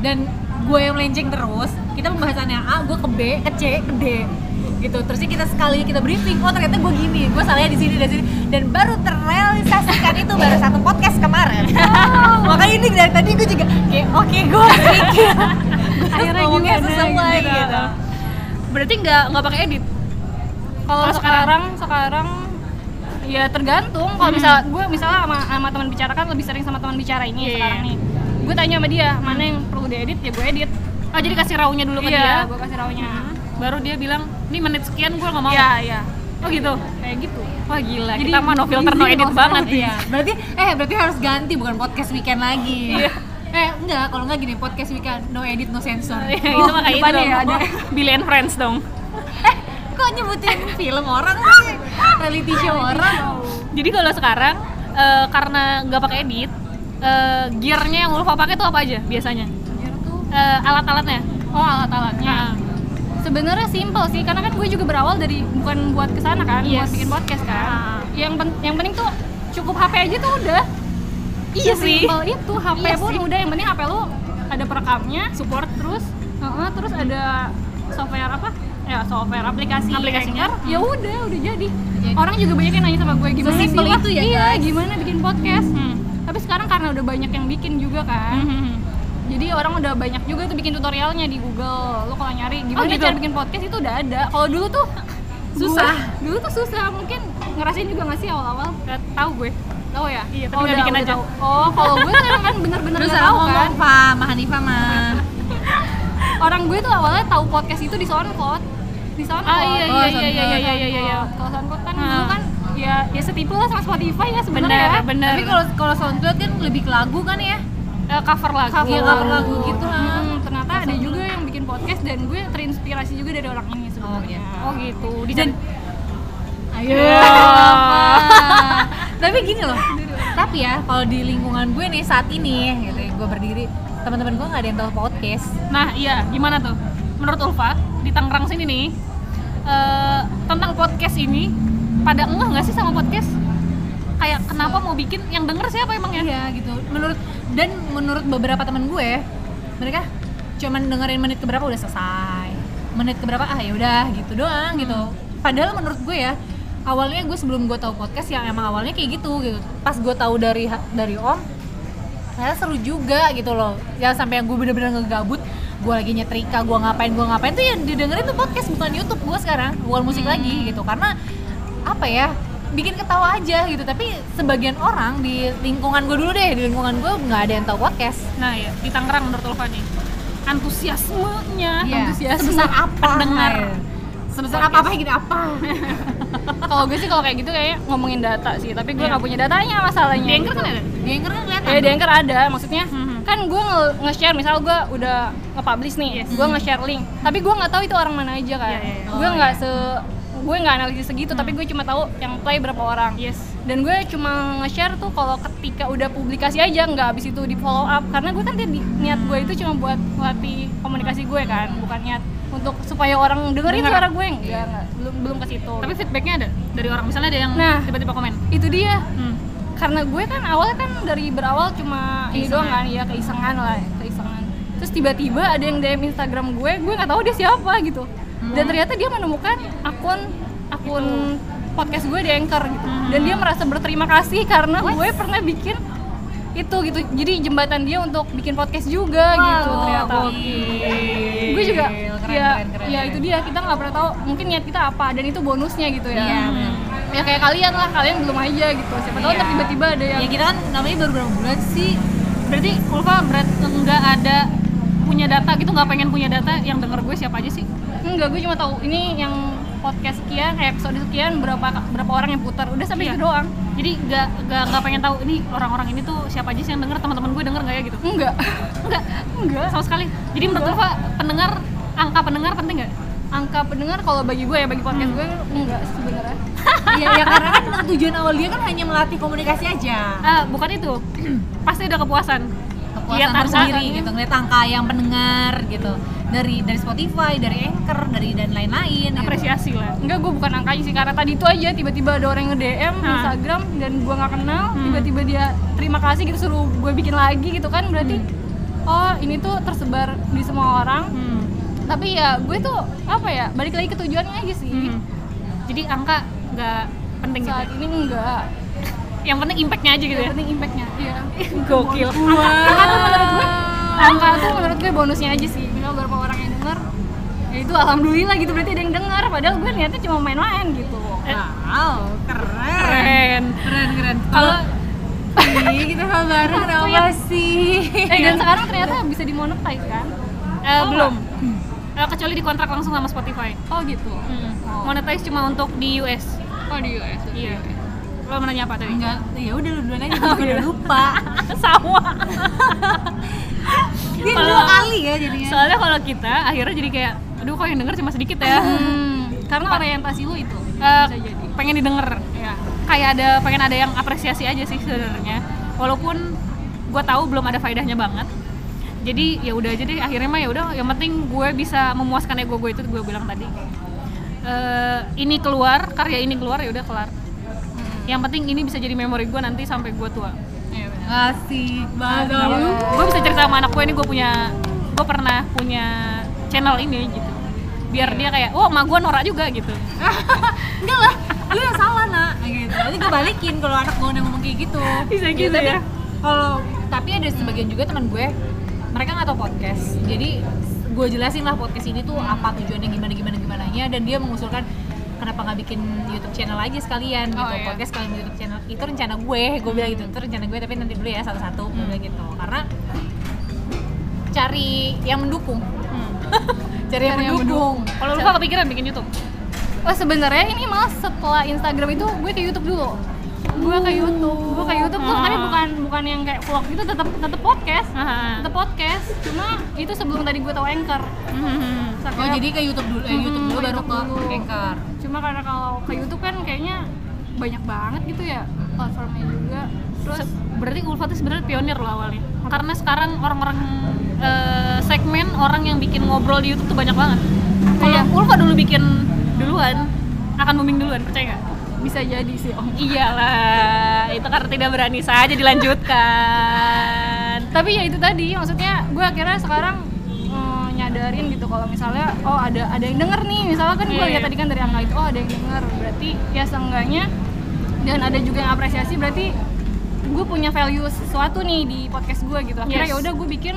[SPEAKER 1] dan gue yang melenceng terus kita pembahasannya A gue ke B ke C ke D gitu terusnya kita sekali kita briefing oh ternyata gue gini gue salahnya di sini dan sini dan baru terrealisasikan itu baru
[SPEAKER 2] (laughs)
[SPEAKER 1] satu podcast kemarin oh, (laughs) makanya ini dari tadi gue juga kayak oke gue
[SPEAKER 2] (laughs)
[SPEAKER 1] harus mikir (laughs) Gua harus
[SPEAKER 2] Akhirnya
[SPEAKER 1] ngomongnya
[SPEAKER 2] gimana
[SPEAKER 1] sesuai
[SPEAKER 2] gitu.
[SPEAKER 1] gitu
[SPEAKER 2] berarti nggak nggak pakai edit
[SPEAKER 3] kalau
[SPEAKER 2] Kalau
[SPEAKER 3] sekarang sekarang ya tergantung kalau misal gue misalnya sama, sama teman bicara kan lebih sering sama teman bicara ini
[SPEAKER 2] Iya,
[SPEAKER 3] sekarang
[SPEAKER 2] iya.
[SPEAKER 3] nih gue tanya sama dia mana yang perlu diedit ya gue edit
[SPEAKER 2] oh jadi kasih raunya dulu ke
[SPEAKER 3] iya
[SPEAKER 2] dia
[SPEAKER 3] gue kasih raunya
[SPEAKER 2] baru dia bilang ini menit sekian gue nggak mau
[SPEAKER 3] iya iya
[SPEAKER 2] oh gitu
[SPEAKER 3] kayak gitu
[SPEAKER 2] wah gila
[SPEAKER 3] Jadi,
[SPEAKER 2] kita mah no filter no
[SPEAKER 3] easy
[SPEAKER 2] edit
[SPEAKER 3] no
[SPEAKER 2] banget ya.
[SPEAKER 1] Iya, berarti eh berarti harus ganti bukan podcast weekend lagi. Eh enggak, kalau enggak gini podcast weekend no edit no sensor. Oh,
[SPEAKER 2] Iya, (laughs) itu makanya itu
[SPEAKER 3] depannya
[SPEAKER 2] dong
[SPEAKER 3] ya ada.
[SPEAKER 2] Billy and Friends dong
[SPEAKER 1] Kok nyebutin film orang sih? Reality show orang.
[SPEAKER 2] jadi kalau sekarang eh, karena nggak pakai edit eh, gearnya yang Ulfa pakai tuh apa aja biasanya
[SPEAKER 3] Anjir tuh.
[SPEAKER 2] Eh, alat-alatnya
[SPEAKER 3] oh alat-alatnya
[SPEAKER 2] Nah,
[SPEAKER 3] sebenarnya simple sih karena kan gue juga berawal dari bukan buat kesana kan buat
[SPEAKER 2] Yes.
[SPEAKER 3] bikin podcast kan
[SPEAKER 2] Ah.
[SPEAKER 3] yang pen- yang penting tuh cukup HP aja tuh udah
[SPEAKER 2] Iya sih.
[SPEAKER 3] Sesimpel itu HP
[SPEAKER 2] Iya
[SPEAKER 3] pun
[SPEAKER 2] sih.
[SPEAKER 3] udah yang penting HP lu ada perekamnya
[SPEAKER 2] support terus
[SPEAKER 3] Heeh, terus ada software apa
[SPEAKER 2] ya software aplikasi
[SPEAKER 3] aplikasi
[SPEAKER 2] Anchor.
[SPEAKER 3] ya udah udah jadi orang juga banyak yang nanya sama gue gimana
[SPEAKER 1] Sesimpel
[SPEAKER 3] sih Wah,
[SPEAKER 1] itu ya,
[SPEAKER 3] iya
[SPEAKER 1] guys.
[SPEAKER 3] gimana bikin podcast
[SPEAKER 2] Hmm.
[SPEAKER 3] tapi sekarang karena udah banyak yang bikin juga kan
[SPEAKER 2] Hmm.
[SPEAKER 3] jadi orang udah banyak juga tuh bikin tutorialnya di Google lo kalau nyari gimana
[SPEAKER 2] gitu?
[SPEAKER 3] cara bikin podcast itu udah ada kalau dulu tuh
[SPEAKER 2] Susah.
[SPEAKER 3] gua- dulu tuh susah mungkin ngerasain juga nggak sih awal-awal
[SPEAKER 2] Nggak tahu gue
[SPEAKER 3] tahu ya
[SPEAKER 2] Iya, tapi
[SPEAKER 3] Oh,
[SPEAKER 2] nggak
[SPEAKER 3] udah-
[SPEAKER 2] bikin
[SPEAKER 3] udah
[SPEAKER 2] aja.
[SPEAKER 3] tahu. oh kalau gue tuh emang kan bener-bener
[SPEAKER 1] Terus
[SPEAKER 3] nggak
[SPEAKER 1] salah
[SPEAKER 3] tahu kan
[SPEAKER 1] ngomong, Pak, Ma Hanifah, Ma
[SPEAKER 3] orang gue tuh awalnya tahu podcast itu di SoundCloud di SoundCloud
[SPEAKER 2] ah iya iya iya iya iya iya iya iya
[SPEAKER 3] Kalau SoundCloud kan
[SPEAKER 2] Ah.
[SPEAKER 3] dulu kan ya ya setipe lah sama Spotify ya sebenarnya
[SPEAKER 2] bener
[SPEAKER 3] ya.
[SPEAKER 2] bener
[SPEAKER 1] Tapi kalau kalau SoundCloud kan lebih ke lagu kan ya?
[SPEAKER 2] Eh, cover lagu
[SPEAKER 3] Cover
[SPEAKER 1] Iya, cover lagu gitu lah.
[SPEAKER 3] Hmm, ternyata ada juga yang bikin podcast dan gue terinspirasi juga dari orang ini sebenarnya.
[SPEAKER 2] oh gitu
[SPEAKER 1] Dan
[SPEAKER 2] Dicari-
[SPEAKER 1] iya. Ayo.
[SPEAKER 2] Wah.
[SPEAKER 1] Tapi gini loh. Tapi ya kalau di lingkungan gue nih saat ini gitu ya, gue berdiri teman-teman gue nggak ada yang tahu podcast.
[SPEAKER 2] Nah, iya, gimana tuh? Menurut Ulfa, di Tangerang sini nih, eh, tentang podcast ini, pada enggak nggak sih sama podcast? Kayak kenapa mau bikin yang denger siapa emang ya?
[SPEAKER 1] Iya gitu. Menurut dan menurut beberapa teman gue, mereka cuman dengerin menit keberapa udah selesai. Menit keberapa ah ya udah gitu doang gitu. Padahal menurut gue ya awalnya gue sebelum gue tahu podcast yang emang awalnya kayak gitu gitu. Pas gue tahu dari dari Om, saya seru juga gitu loh. Ya sampai yang gue bener-bener ngegabut, gue lagi nyetrika, gue ngapain, gue ngapain tuh yang didengerin tuh podcast bukan YouTube gue sekarang, bukan musik lagi gitu. Karena apa ya? bikin ketawa aja gitu tapi sebagian orang di lingkungan gue dulu deh di lingkungan gue nggak ada yang tahu podcast
[SPEAKER 2] Nah, iya, di Tangerang menurut Ulfa nih, antusiasmenya,
[SPEAKER 1] Iya.
[SPEAKER 2] antusiasme
[SPEAKER 1] sebesar apa
[SPEAKER 2] pendengar.
[SPEAKER 1] ya? sebesar
[SPEAKER 2] Podcast.
[SPEAKER 1] apa apa gini apa
[SPEAKER 3] Kalau gue sih kalau kayak gitu kayak ngomongin data sih, tapi gue
[SPEAKER 2] Iya.
[SPEAKER 3] nggak punya datanya masalahnya.
[SPEAKER 2] Di Anchor kan ada?
[SPEAKER 1] dia yang keren kelihatan
[SPEAKER 3] Ya di Anchor ada, maksudnya
[SPEAKER 2] Mhm.
[SPEAKER 3] kan gue nge- nge-share misal gue udah nge-publish nih,
[SPEAKER 2] Yes.
[SPEAKER 3] gue nge-share link, tapi gue nggak tahu itu orang mana aja kan.
[SPEAKER 2] Iya, iya, iya. Hmm.
[SPEAKER 3] Gue
[SPEAKER 1] Oh,
[SPEAKER 3] nggak
[SPEAKER 1] iya.
[SPEAKER 3] se gue nggak analisis segitu, tapi gue cuma tahu yang play berapa orang.
[SPEAKER 2] Yes.
[SPEAKER 3] dan gue cuma nge-share tuh kalau ketika udah publikasi aja nggak abis itu di follow up karena gue kan tadi niat gue itu cuma buat melatih komunikasi gue kan bukan niat untuk supaya orang dengerin
[SPEAKER 2] Dengar.
[SPEAKER 3] suara gue enggak enggak. belum belum ke situ
[SPEAKER 2] Tapi feedbacknya ada dari orang, misalnya ada yang
[SPEAKER 3] Nah.
[SPEAKER 2] tiba-tiba komen.
[SPEAKER 3] itu dia
[SPEAKER 2] Hmm.
[SPEAKER 3] karena gue kan awalnya kan dari berawal cuma ini
[SPEAKER 2] Keisengan.
[SPEAKER 3] doang kan ya keisengan lah keisengan terus tiba-tiba ada yang DM Instagram gue gue nggak tahu dia siapa gitu dan
[SPEAKER 1] Hmm.
[SPEAKER 3] ternyata dia menemukan akun akun
[SPEAKER 1] Gitu.
[SPEAKER 3] podcast gue di Anchor gitu
[SPEAKER 2] Hmm.
[SPEAKER 3] dan dia merasa berterima kasih karena gue pernah bikin itu gitu jadi jembatan dia untuk bikin podcast juga gitu
[SPEAKER 1] Wow,
[SPEAKER 3] ternyata
[SPEAKER 1] gokil.
[SPEAKER 3] gue juga
[SPEAKER 1] Keren,
[SPEAKER 3] ya
[SPEAKER 1] keren, keren,
[SPEAKER 3] ya
[SPEAKER 1] keren.
[SPEAKER 3] itu dia kita nggak pernah tahu mungkin niat kita apa dan itu bonusnya gitu ya
[SPEAKER 1] Iya, benar.
[SPEAKER 3] ya kayak kalian lah kalian belum aja gitu siapa tahu
[SPEAKER 1] Iya.
[SPEAKER 3] ntar tiba-tiba ada yang
[SPEAKER 1] ya kita kan namanya baru berapa bulan sih
[SPEAKER 2] Berarti Ulfa berat nggak ada punya data gitu, nggak pengen punya data yang denger gue siapa aja sih?
[SPEAKER 3] enggak gue cuma tahu ini yang podcast sekian eh, episode sekian berapa berapa orang yang putar udah sampai
[SPEAKER 2] Iya.
[SPEAKER 3] itu doang
[SPEAKER 2] jadi nggak nggak nggak pengen tahu ini orang-orang ini tuh siapa aja sih yang denger teman-teman gue denger nggak ya gitu
[SPEAKER 3] enggak (laughs)
[SPEAKER 2] nggak
[SPEAKER 3] enggak
[SPEAKER 2] sama sekali jadi menurut Ulfa pendengar angka pendengar penting nggak
[SPEAKER 3] angka pendengar kalau bagi gue ya bagi podcast gue
[SPEAKER 2] Hmm.
[SPEAKER 3] enggak sebenarnya
[SPEAKER 1] Iya, ya karena kan tujuan awal dia kan hanya melatih komunikasi aja.
[SPEAKER 2] Ah, bukan itu pasti udah kepuasan
[SPEAKER 1] Kepuasan
[SPEAKER 2] Iya, tanpa-
[SPEAKER 1] tersendiri gitu, ngeliat angka yang pendengar gitu. Dari dari Spotify, dari Anchor, dari dan lain-lain. gitu.
[SPEAKER 2] apresiasi lah
[SPEAKER 3] enggak gue bukan angkanya sih karena tadi itu aja tiba-tiba ada orang yang nge-DM
[SPEAKER 2] Hah.
[SPEAKER 3] Instagram dan gue nggak kenal
[SPEAKER 2] Hmm.
[SPEAKER 3] tiba-tiba dia terima kasih gitu suruh gue bikin lagi gitu kan berarti oh ini tuh tersebar di semua orang
[SPEAKER 2] Hmm,
[SPEAKER 3] tapi ya gue tuh apa ya balik lagi ke tujuannya aja sih
[SPEAKER 2] hmm. jadi angka nggak penting gitu
[SPEAKER 3] Iya. saat ini enggak
[SPEAKER 2] yang penting impactnya aja gitu
[SPEAKER 3] yang
[SPEAKER 2] ya
[SPEAKER 3] penting impactnya iya
[SPEAKER 2] gokil
[SPEAKER 3] angka tuh menurut gue angka tuh menurut gue bonusnya aja sih Minimal berapa orang yang denger ya itu alhamdulillah gitu berarti ada yang denger padahal gue niatnya cuma main-main gitu
[SPEAKER 2] Eh,
[SPEAKER 1] Wow, keren.
[SPEAKER 2] keren
[SPEAKER 1] Keren, keren. Kalau
[SPEAKER 2] kalau
[SPEAKER 1] Ih, kita sabaran apa sih?
[SPEAKER 3] eh
[SPEAKER 2] iya.
[SPEAKER 3] dan sekarang ternyata bisa dimonetize kan
[SPEAKER 2] eh,
[SPEAKER 3] Oh,
[SPEAKER 2] belum Eh, kecuali dikontrak langsung sama Spotify
[SPEAKER 3] oh gitu
[SPEAKER 2] Hmm.
[SPEAKER 1] Oh.
[SPEAKER 2] Monetize cuma untuk di US.
[SPEAKER 3] oh di US
[SPEAKER 2] Iya. Lo mau nanya apa tadi?
[SPEAKER 1] Enggak, ya udah lu duluan aja, gue udah lupa.
[SPEAKER 2] (laughs) Sama.
[SPEAKER 1] (laughs) Dia
[SPEAKER 2] Kalau-
[SPEAKER 1] dua kali ya jadinya.
[SPEAKER 2] Soalnya kalau kita akhirnya jadi kayak, aduh kok yang denger cuma sedikit ya. (laughs)
[SPEAKER 3] karena orientasi lu itu
[SPEAKER 2] Eh,
[SPEAKER 3] bisa jadi
[SPEAKER 2] pengen didengar.
[SPEAKER 3] ya
[SPEAKER 2] Kayak ada pengen ada yang apresiasi aja sih sebenarnya. Walaupun gua tahu belum ada faedahnya banget. Jadi ya udah aja deh akhirnya mah ya udah yang penting gue bisa memuaskan ego gue itu gue bilang tadi. Eh, ini keluar, karya ini keluar ya udah kelar. Yang penting ini bisa jadi memori gue nanti sampai gue tua.
[SPEAKER 3] iya benar
[SPEAKER 1] Asik banget.
[SPEAKER 2] gue bisa cerita sama anak gue ini gue punya gue pernah punya channel ini gitu di biar dia kayak oh emak gue norak juga gitu
[SPEAKER 1] (laughs) enggak lah lu yang salah nak gitu nanti gue balikin kalau anak gue udah ngomong kayak gitu
[SPEAKER 3] Iya,
[SPEAKER 2] bisa gitu
[SPEAKER 1] tapi
[SPEAKER 2] ya
[SPEAKER 1] kalau tapi ada sebagian juga teman gue mereka nggak tahu podcast jadi gue jelasin lah podcast ini tuh apa tujuannya gimana gimana gimana nya dan dia mengusulkan kenapa nggak bikin YouTube channel aja sekalian gitu
[SPEAKER 3] Oh, iya.
[SPEAKER 1] podcast sekalian YouTube channel itu rencana gue gue bilang gitu itu rencana gue tapi nanti dulu ya satu-satu gue bilang
[SPEAKER 2] Hmm.
[SPEAKER 1] gitu karena cari yang mendukung
[SPEAKER 2] Hmm.
[SPEAKER 1] cari yang mendukung
[SPEAKER 2] kalau lu gak kepikiran bikin YouTube
[SPEAKER 3] Oh sebenarnya ini malah setelah Instagram itu gue ke YouTube dulu. Gue ke YouTube, gue ke YouTube tuh tapi
[SPEAKER 2] Ah.
[SPEAKER 3] bukan bukan yang kayak vlog gitu tetap tetap podcast,
[SPEAKER 2] Ah.
[SPEAKER 3] tetap podcast. Cuma itu sebelum tadi gue tahu anchor.
[SPEAKER 2] Hmm.
[SPEAKER 3] Terus
[SPEAKER 1] oh
[SPEAKER 3] akhirnya-
[SPEAKER 1] jadi ke YouTube dulu eh, YouTube
[SPEAKER 3] Hmm,
[SPEAKER 1] dulu baru
[SPEAKER 3] YouTube
[SPEAKER 1] ke
[SPEAKER 3] dulu.
[SPEAKER 1] Anchor
[SPEAKER 3] Cuma karena kalau ke YouTube kan kayaknya banyak banget gitu ya platformnya juga. Terus
[SPEAKER 2] Se- berarti Ulfa tuh sebenarnya pionir loh awalnya karena sekarang orang-orang eh, segmen orang yang bikin ngobrol di YouTube tuh banyak banget kalau
[SPEAKER 3] Iya.
[SPEAKER 2] Ulfa dulu bikin duluan akan booming duluan percaya nggak
[SPEAKER 3] bisa jadi sih om.
[SPEAKER 2] iyalah itu karena tidak berani saja dilanjutkan
[SPEAKER 3] Tapi ya itu tadi maksudnya gue akhirnya sekarang mm, nyadarin gitu kalau misalnya oh ada ada yang denger nih misalnya kan gue
[SPEAKER 2] Iya,
[SPEAKER 3] lihat
[SPEAKER 2] iya.
[SPEAKER 3] tadi kan dari angka itu oh ada yang denger berarti ya seenggaknya dan ada juga yang apresiasi berarti gue punya value sesuatu nih di podcast gue gitu akhirnya
[SPEAKER 2] Yes.
[SPEAKER 3] ya udah gue bikin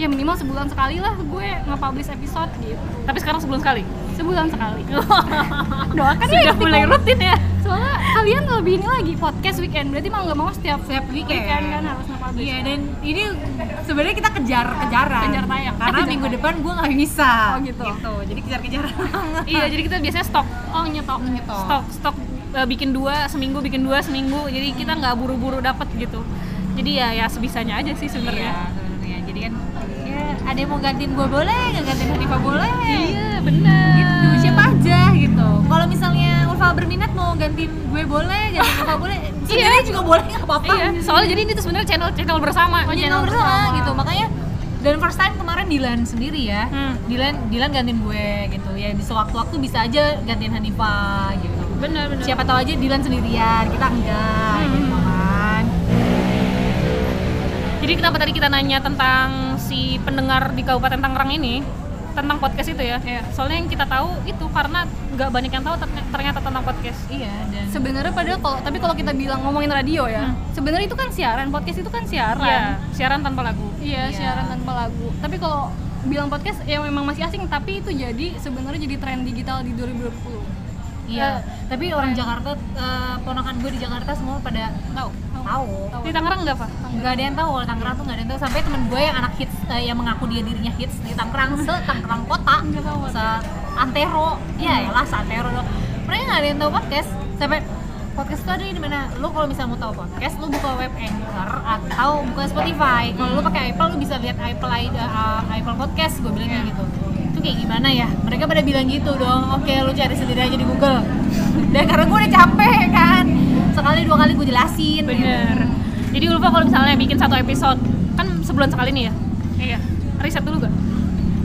[SPEAKER 3] ya minimal sebulan sekali lah gue nge-publish episode gitu
[SPEAKER 2] tapi sekarang sebulan sekali
[SPEAKER 3] sebulan
[SPEAKER 2] (laughs)
[SPEAKER 3] sekali
[SPEAKER 2] doakan sudah mulai rutin
[SPEAKER 3] (laughs)
[SPEAKER 2] ya
[SPEAKER 3] soalnya kalian lebih ini lagi podcast weekend berarti mau nggak mau setiap
[SPEAKER 2] Iya.
[SPEAKER 1] setiap weekend
[SPEAKER 3] weekend kan harus nge-publish
[SPEAKER 1] Iya dan ini sebenarnya kita kejar kejaran.
[SPEAKER 3] Kejar tayang.
[SPEAKER 1] Karena
[SPEAKER 3] Eh, kejar
[SPEAKER 1] minggu
[SPEAKER 3] tayang.
[SPEAKER 1] depan gue nggak bisa.
[SPEAKER 3] Oh, gitu.
[SPEAKER 1] Jadi kejar kejaran.
[SPEAKER 2] iya jadi kita biasanya stok
[SPEAKER 3] oh nyetok
[SPEAKER 2] stok stok eh, bikin dua seminggu bikin dua seminggu jadi kita nggak buru-buru dapat gitu jadi ya ya sebisanya aja sih
[SPEAKER 1] Iya
[SPEAKER 2] sebenarnya
[SPEAKER 1] sebenarnya. Jadi kan ya, ada yang mau gantiin gue boleh, nggak gantiin Hanifah boleh.
[SPEAKER 2] iya benar
[SPEAKER 1] Gitu, siapa aja gitu. Kalau misalnya Ulfa berminat mau gantiin gue boleh, gantiin Ulfa
[SPEAKER 2] (laughs)
[SPEAKER 1] boleh. Sendiri juga boleh nggak apa-apa.
[SPEAKER 2] iya soalnya jadi ini tuh sebenarnya channel channel bersama
[SPEAKER 1] Oh, jadi
[SPEAKER 2] channel
[SPEAKER 1] bersama,
[SPEAKER 2] bersama.
[SPEAKER 1] gitu. Makanya dan first time kemarin Dilan sendiri ya.
[SPEAKER 2] Hmm.
[SPEAKER 1] Dilan Dilan gantiin gue gitu. Ya di sewaktu-waktu bisa aja gantiin Hanifah gitu.
[SPEAKER 2] benar benar
[SPEAKER 1] siapa tahu aja Dilan sendirian kita enggak
[SPEAKER 2] Hmm.
[SPEAKER 1] gitu kan
[SPEAKER 2] jadi kenapa tadi kita nanya tentang si pendengar di Kabupaten Tangerang ini tentang podcast itu ya soalnya yang kita tahu itu karena nggak banyak yang tahu terny- ternyata tentang podcast
[SPEAKER 1] iya dan
[SPEAKER 3] sebenarnya padahal kalau tapi kalau kita bilang ngomongin radio ya
[SPEAKER 2] Hmm.
[SPEAKER 3] sebenarnya itu kan siaran podcast itu kan siaran
[SPEAKER 2] Iya, siaran tanpa lagu
[SPEAKER 3] iya
[SPEAKER 1] Iya.
[SPEAKER 3] siaran tanpa lagu tapi kalau bilang podcast ya memang masih asing tapi itu jadi sebenarnya jadi tren digital di 2020
[SPEAKER 1] iya
[SPEAKER 2] eh.
[SPEAKER 1] tapi orang Jakarta eh, ponakan gue di Jakarta semua pada
[SPEAKER 2] tahu
[SPEAKER 1] tahu
[SPEAKER 2] di Tangerang nggak pak
[SPEAKER 1] nggak ada yang tahu kalau Tangerang tuh nggak ada yang tahu sampai temen gue yang anak hits eh, yang mengaku dia dirinya hits di Tangerang se Tangerang kota se antero ya lah se antero dong mereka nggak ada yang tahu podcast sampai podcast itu ada di mana lo kalau misalnya mau tahu podcast lo buka web anchor atau buka Spotify kalau lo pakai Apple lo bisa lihat Apple ID, uh, Apple podcast gue bilang kayak gitu itu kayak gimana ya mereka pada bilang gitu dong oke lo cari sendiri aja di Google (laughs) dan karena gue udah capek kan sekali dua kali gue jelasin gitu.
[SPEAKER 2] Bener. Jadi Ulfa kalau misalnya bikin satu episode, kan sebulan sekali nih ya? Iya. Riset dulu gak?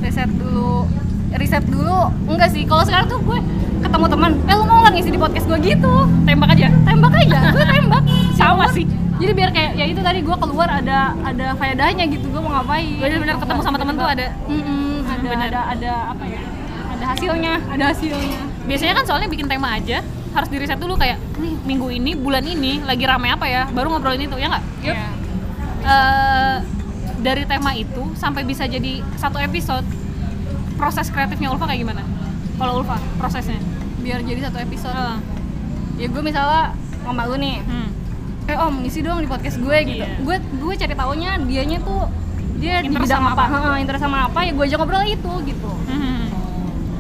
[SPEAKER 3] riset dulu riset dulu enggak sih kalau sekarang tuh gue ketemu teman eh lu mau nggak ngisi di podcast gue gitu
[SPEAKER 2] Tembak aja.
[SPEAKER 3] tembak aja gue tembak
[SPEAKER 2] Sama sih.
[SPEAKER 3] jadi biar kayak ya itu tadi gue keluar ada ada faedahnya gitu gue mau ngapain
[SPEAKER 2] Bener-bener ketemu sama temen tuh ada.
[SPEAKER 3] Mm-mm, ada,
[SPEAKER 2] Bener.
[SPEAKER 3] ada ada apa ya ada hasilnya ada hasilnya
[SPEAKER 2] Biasanya kan soalnya bikin tema aja harus diriset dulu kayak nih minggu ini, bulan ini lagi rame apa ya? Baru ngobrolin itu ya nggak?
[SPEAKER 3] Iya.
[SPEAKER 2] Eh, dari tema itu sampai bisa jadi satu episode proses kreatifnya Ulfa kayak gimana? Kalau Ulfa prosesnya?
[SPEAKER 3] biar jadi satu episode
[SPEAKER 2] Heeh.
[SPEAKER 3] ya gue misalnya sama lu nih
[SPEAKER 2] Hmm.
[SPEAKER 3] eh om ngisi dong di podcast gue gitu
[SPEAKER 2] Iya.
[SPEAKER 3] gue gue cari taunya dianya tuh dia di
[SPEAKER 2] Interest sama
[SPEAKER 3] bidang apa, Heeh, interest sama apa ya gue aja ngobrol itu gitu
[SPEAKER 2] Hmm.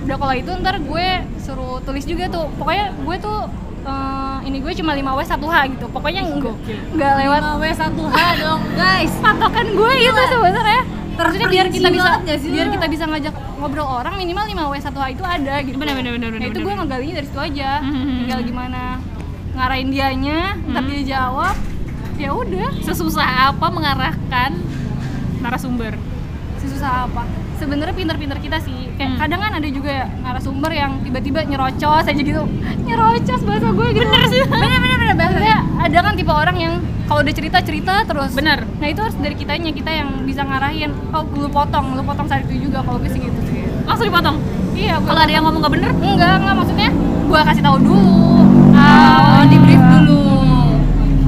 [SPEAKER 3] udah kalau itu ntar gue suruh tulis juga tuh pokoknya gue tuh eh, ini gue cuma 5 w 1 h gitu pokoknya enggak nggak lewat
[SPEAKER 1] Lima W satu H dong guys.
[SPEAKER 3] patokan gue itu sebenarnya maksudnya biar
[SPEAKER 1] Terperinci
[SPEAKER 3] kita bisa
[SPEAKER 1] banget nggak sih
[SPEAKER 3] biar
[SPEAKER 1] lu?
[SPEAKER 3] kita bisa ngajak ngobrol orang minimal 5 w 1 h itu ada gitu
[SPEAKER 2] Bener, bener, bener,
[SPEAKER 3] Nah,
[SPEAKER 2] bener,
[SPEAKER 3] itu gue
[SPEAKER 2] bener.
[SPEAKER 3] ngegalinya dari situ aja
[SPEAKER 2] Mhm.
[SPEAKER 3] tinggal gimana ngarahin dianya ntar
[SPEAKER 2] Mhm.
[SPEAKER 3] dia jawab ya udah
[SPEAKER 2] Sesusah apa mengarahkan narasumber?
[SPEAKER 3] sesusah apa sebenarnya pinter-pinter kita sih kayak
[SPEAKER 2] Hmm.
[SPEAKER 3] kadang kan ada juga ya narasumber yang tiba-tiba nyerocos aja gitu nyerocos bahasa gue gitu bener sih bener bener bener bahasanya ada kan tipe orang yang kalau udah cerita cerita terus
[SPEAKER 2] Bener.
[SPEAKER 3] nah itu harus dari kitanya kita yang bisa ngarahin oh lu potong lu potong saat itu juga kalau gue sih gitu sih
[SPEAKER 2] langsung dipotong Iya,
[SPEAKER 3] Kalau ada
[SPEAKER 2] yang ngomong gak bener,
[SPEAKER 3] Enggak, enggak maksudnya gua kasih tahu dulu. Ah, di brief dulu.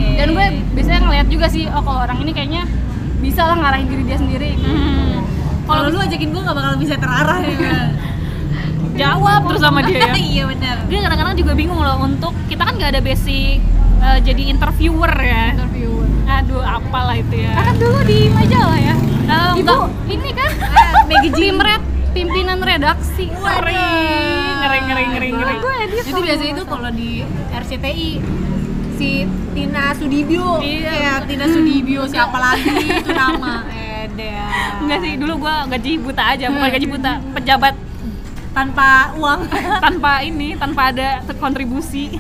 [SPEAKER 3] Dan gue biasanya ngeliat juga sih, oh kalau orang ini kayaknya bisa lah ngarahin diri dia sendiri.
[SPEAKER 2] Hmm.
[SPEAKER 1] Kalau lu ajakin gue gak bakal bisa terarah
[SPEAKER 2] (laughs)
[SPEAKER 1] ya.
[SPEAKER 2] Iya,
[SPEAKER 1] Bel.
[SPEAKER 2] jawab terus sama dia ya.
[SPEAKER 1] (laughs)
[SPEAKER 2] (laughs)
[SPEAKER 1] Iya benar.
[SPEAKER 2] Gue kadang-kadang juga bingung loh untuk kita kan gak ada basic eh, jadi interviewer ya.
[SPEAKER 3] Interviewer.
[SPEAKER 2] Aduh, apalah itu ya.
[SPEAKER 3] Kan dulu di majalah ya.
[SPEAKER 2] Eh,
[SPEAKER 3] Ibu,
[SPEAKER 2] enggak,
[SPEAKER 3] ini kan
[SPEAKER 1] Maggie Jim.
[SPEAKER 3] tim red pimpinan redaksi.
[SPEAKER 2] ngeri, ngeri, ngeri, ngeri, ngeri.
[SPEAKER 3] Gue edit.
[SPEAKER 1] Itu biasanya itu kalau di RCTI si Tina Sudibyo.
[SPEAKER 2] Iya.
[SPEAKER 1] Ya, Tina Sudibyo siapa
[SPEAKER 2] (laughs)
[SPEAKER 1] lagi itu nama. Eda.
[SPEAKER 2] Enggak sih, dulu gua gaji buta aja, bukan gaji buta, pejabat
[SPEAKER 1] Tanpa
[SPEAKER 2] (laughs)
[SPEAKER 1] uang.
[SPEAKER 2] tanpa ini, tanpa ada kontribusi.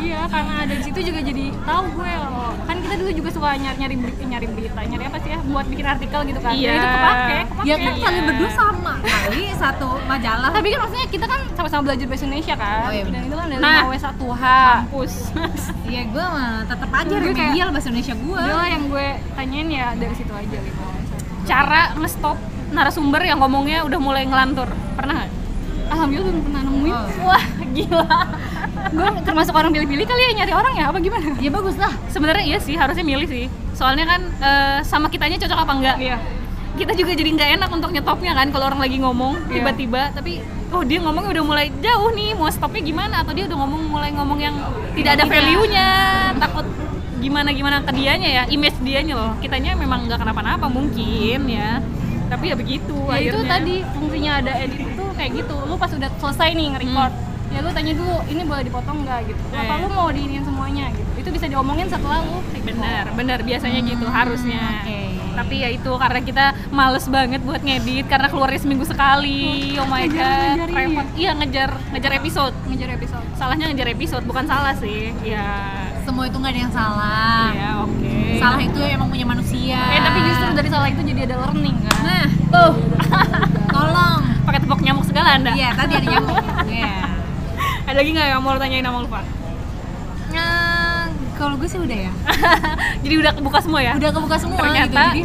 [SPEAKER 3] Iya, karena ada di situ juga jadi tahu gue loh. Kan kita dulu juga suka nyari nyari berita, nyari berita, nyari apa sih ya buat bikin artikel gitu kan.
[SPEAKER 2] Iya.
[SPEAKER 3] Jadi Itu kepake, kepake.
[SPEAKER 1] Ya kan
[SPEAKER 2] Iya.
[SPEAKER 1] kalian berdua sama kali satu majalah.
[SPEAKER 3] Tapi kan maksudnya kita kan sama-sama belajar bahasa Indonesia kan.
[SPEAKER 1] Oh, iya benar.
[SPEAKER 3] Dan itu kan dari
[SPEAKER 2] Nah.
[SPEAKER 3] KW 1H.
[SPEAKER 2] Kampus.
[SPEAKER 1] Ya gue mah tetap aja
[SPEAKER 3] Gue kayak-
[SPEAKER 1] remedial bahasa Indonesia gue.
[SPEAKER 2] Iya.
[SPEAKER 3] Itulah yang gue tanyain ya dari situ aja gitu.
[SPEAKER 2] Cara ngestop narasumber yang ngomongnya udah mulai ngelantur. Pernah nggak?
[SPEAKER 3] Alhamdulillah belum pernah nemuin.
[SPEAKER 1] Oh.
[SPEAKER 3] Wah, gila. gue termasuk orang pilih-pilih kali ya nyari orang ya apa gimana?
[SPEAKER 1] Ya bagus lah.
[SPEAKER 2] Sebenarnya iya sih, harusnya milih sih. Soalnya kan eh, sama kitanya cocok apa enggak.
[SPEAKER 3] Iya.
[SPEAKER 2] Kita juga jadi nggak enak untuk nyetopnya kan kalau orang lagi ngomong
[SPEAKER 3] Iya.
[SPEAKER 2] tiba-tiba tapi oh dia ngomongnya udah mulai jauh nih mau stopnya gimana atau dia udah ngomong mulai ngomong yang tidak ada
[SPEAKER 3] Tidak.
[SPEAKER 2] value-nya takut gimana gimana ke dianya ya image dianya loh kitanya memang nggak kenapa-napa mungkin ya tapi ya begitu
[SPEAKER 3] Ya itu
[SPEAKER 2] akhirnya.
[SPEAKER 3] tadi fungsinya ada edit itu kayak gitu. Lu pas udah selesai nih nge-record, ya lu tanya dulu ini boleh dipotong nggak gitu.
[SPEAKER 2] Iya,
[SPEAKER 3] Apa
[SPEAKER 2] iya.
[SPEAKER 3] lu mau diinin semuanya gitu. Itu bisa diomongin setelah lu record.
[SPEAKER 2] benar benar biasanya gitu harusnya
[SPEAKER 1] Hmm, oke.
[SPEAKER 2] tapi ya itu karena kita males banget buat ngedit karena keluarnya seminggu sekali oh my god
[SPEAKER 3] Ngejar-
[SPEAKER 1] ya?
[SPEAKER 3] ngejar ini
[SPEAKER 2] repot iya ngejar ngejar episode
[SPEAKER 3] ngejar episode.
[SPEAKER 2] salahnya ngejar episode bukan salah sih ya
[SPEAKER 1] Semua itu nggak ada yang salah.
[SPEAKER 2] ya oke
[SPEAKER 1] Ah. Salah itu emang punya manusia.
[SPEAKER 3] Eh tapi justru dari salah itu jadi ada learning kan.
[SPEAKER 1] Nah, tuh. (laughs) Tolong.
[SPEAKER 2] pakai tepok nyamuk segala anda
[SPEAKER 1] Iya, tadi ada nyamuk. Iya.
[SPEAKER 2] ada lagi nggak yang mau lo tanyain sama lupa
[SPEAKER 1] Nah, kalau gue sih udah ya.
[SPEAKER 2] jadi udah kebuka semua ya
[SPEAKER 1] Udah kebuka semua
[SPEAKER 2] ternyata
[SPEAKER 1] gitu. Jadi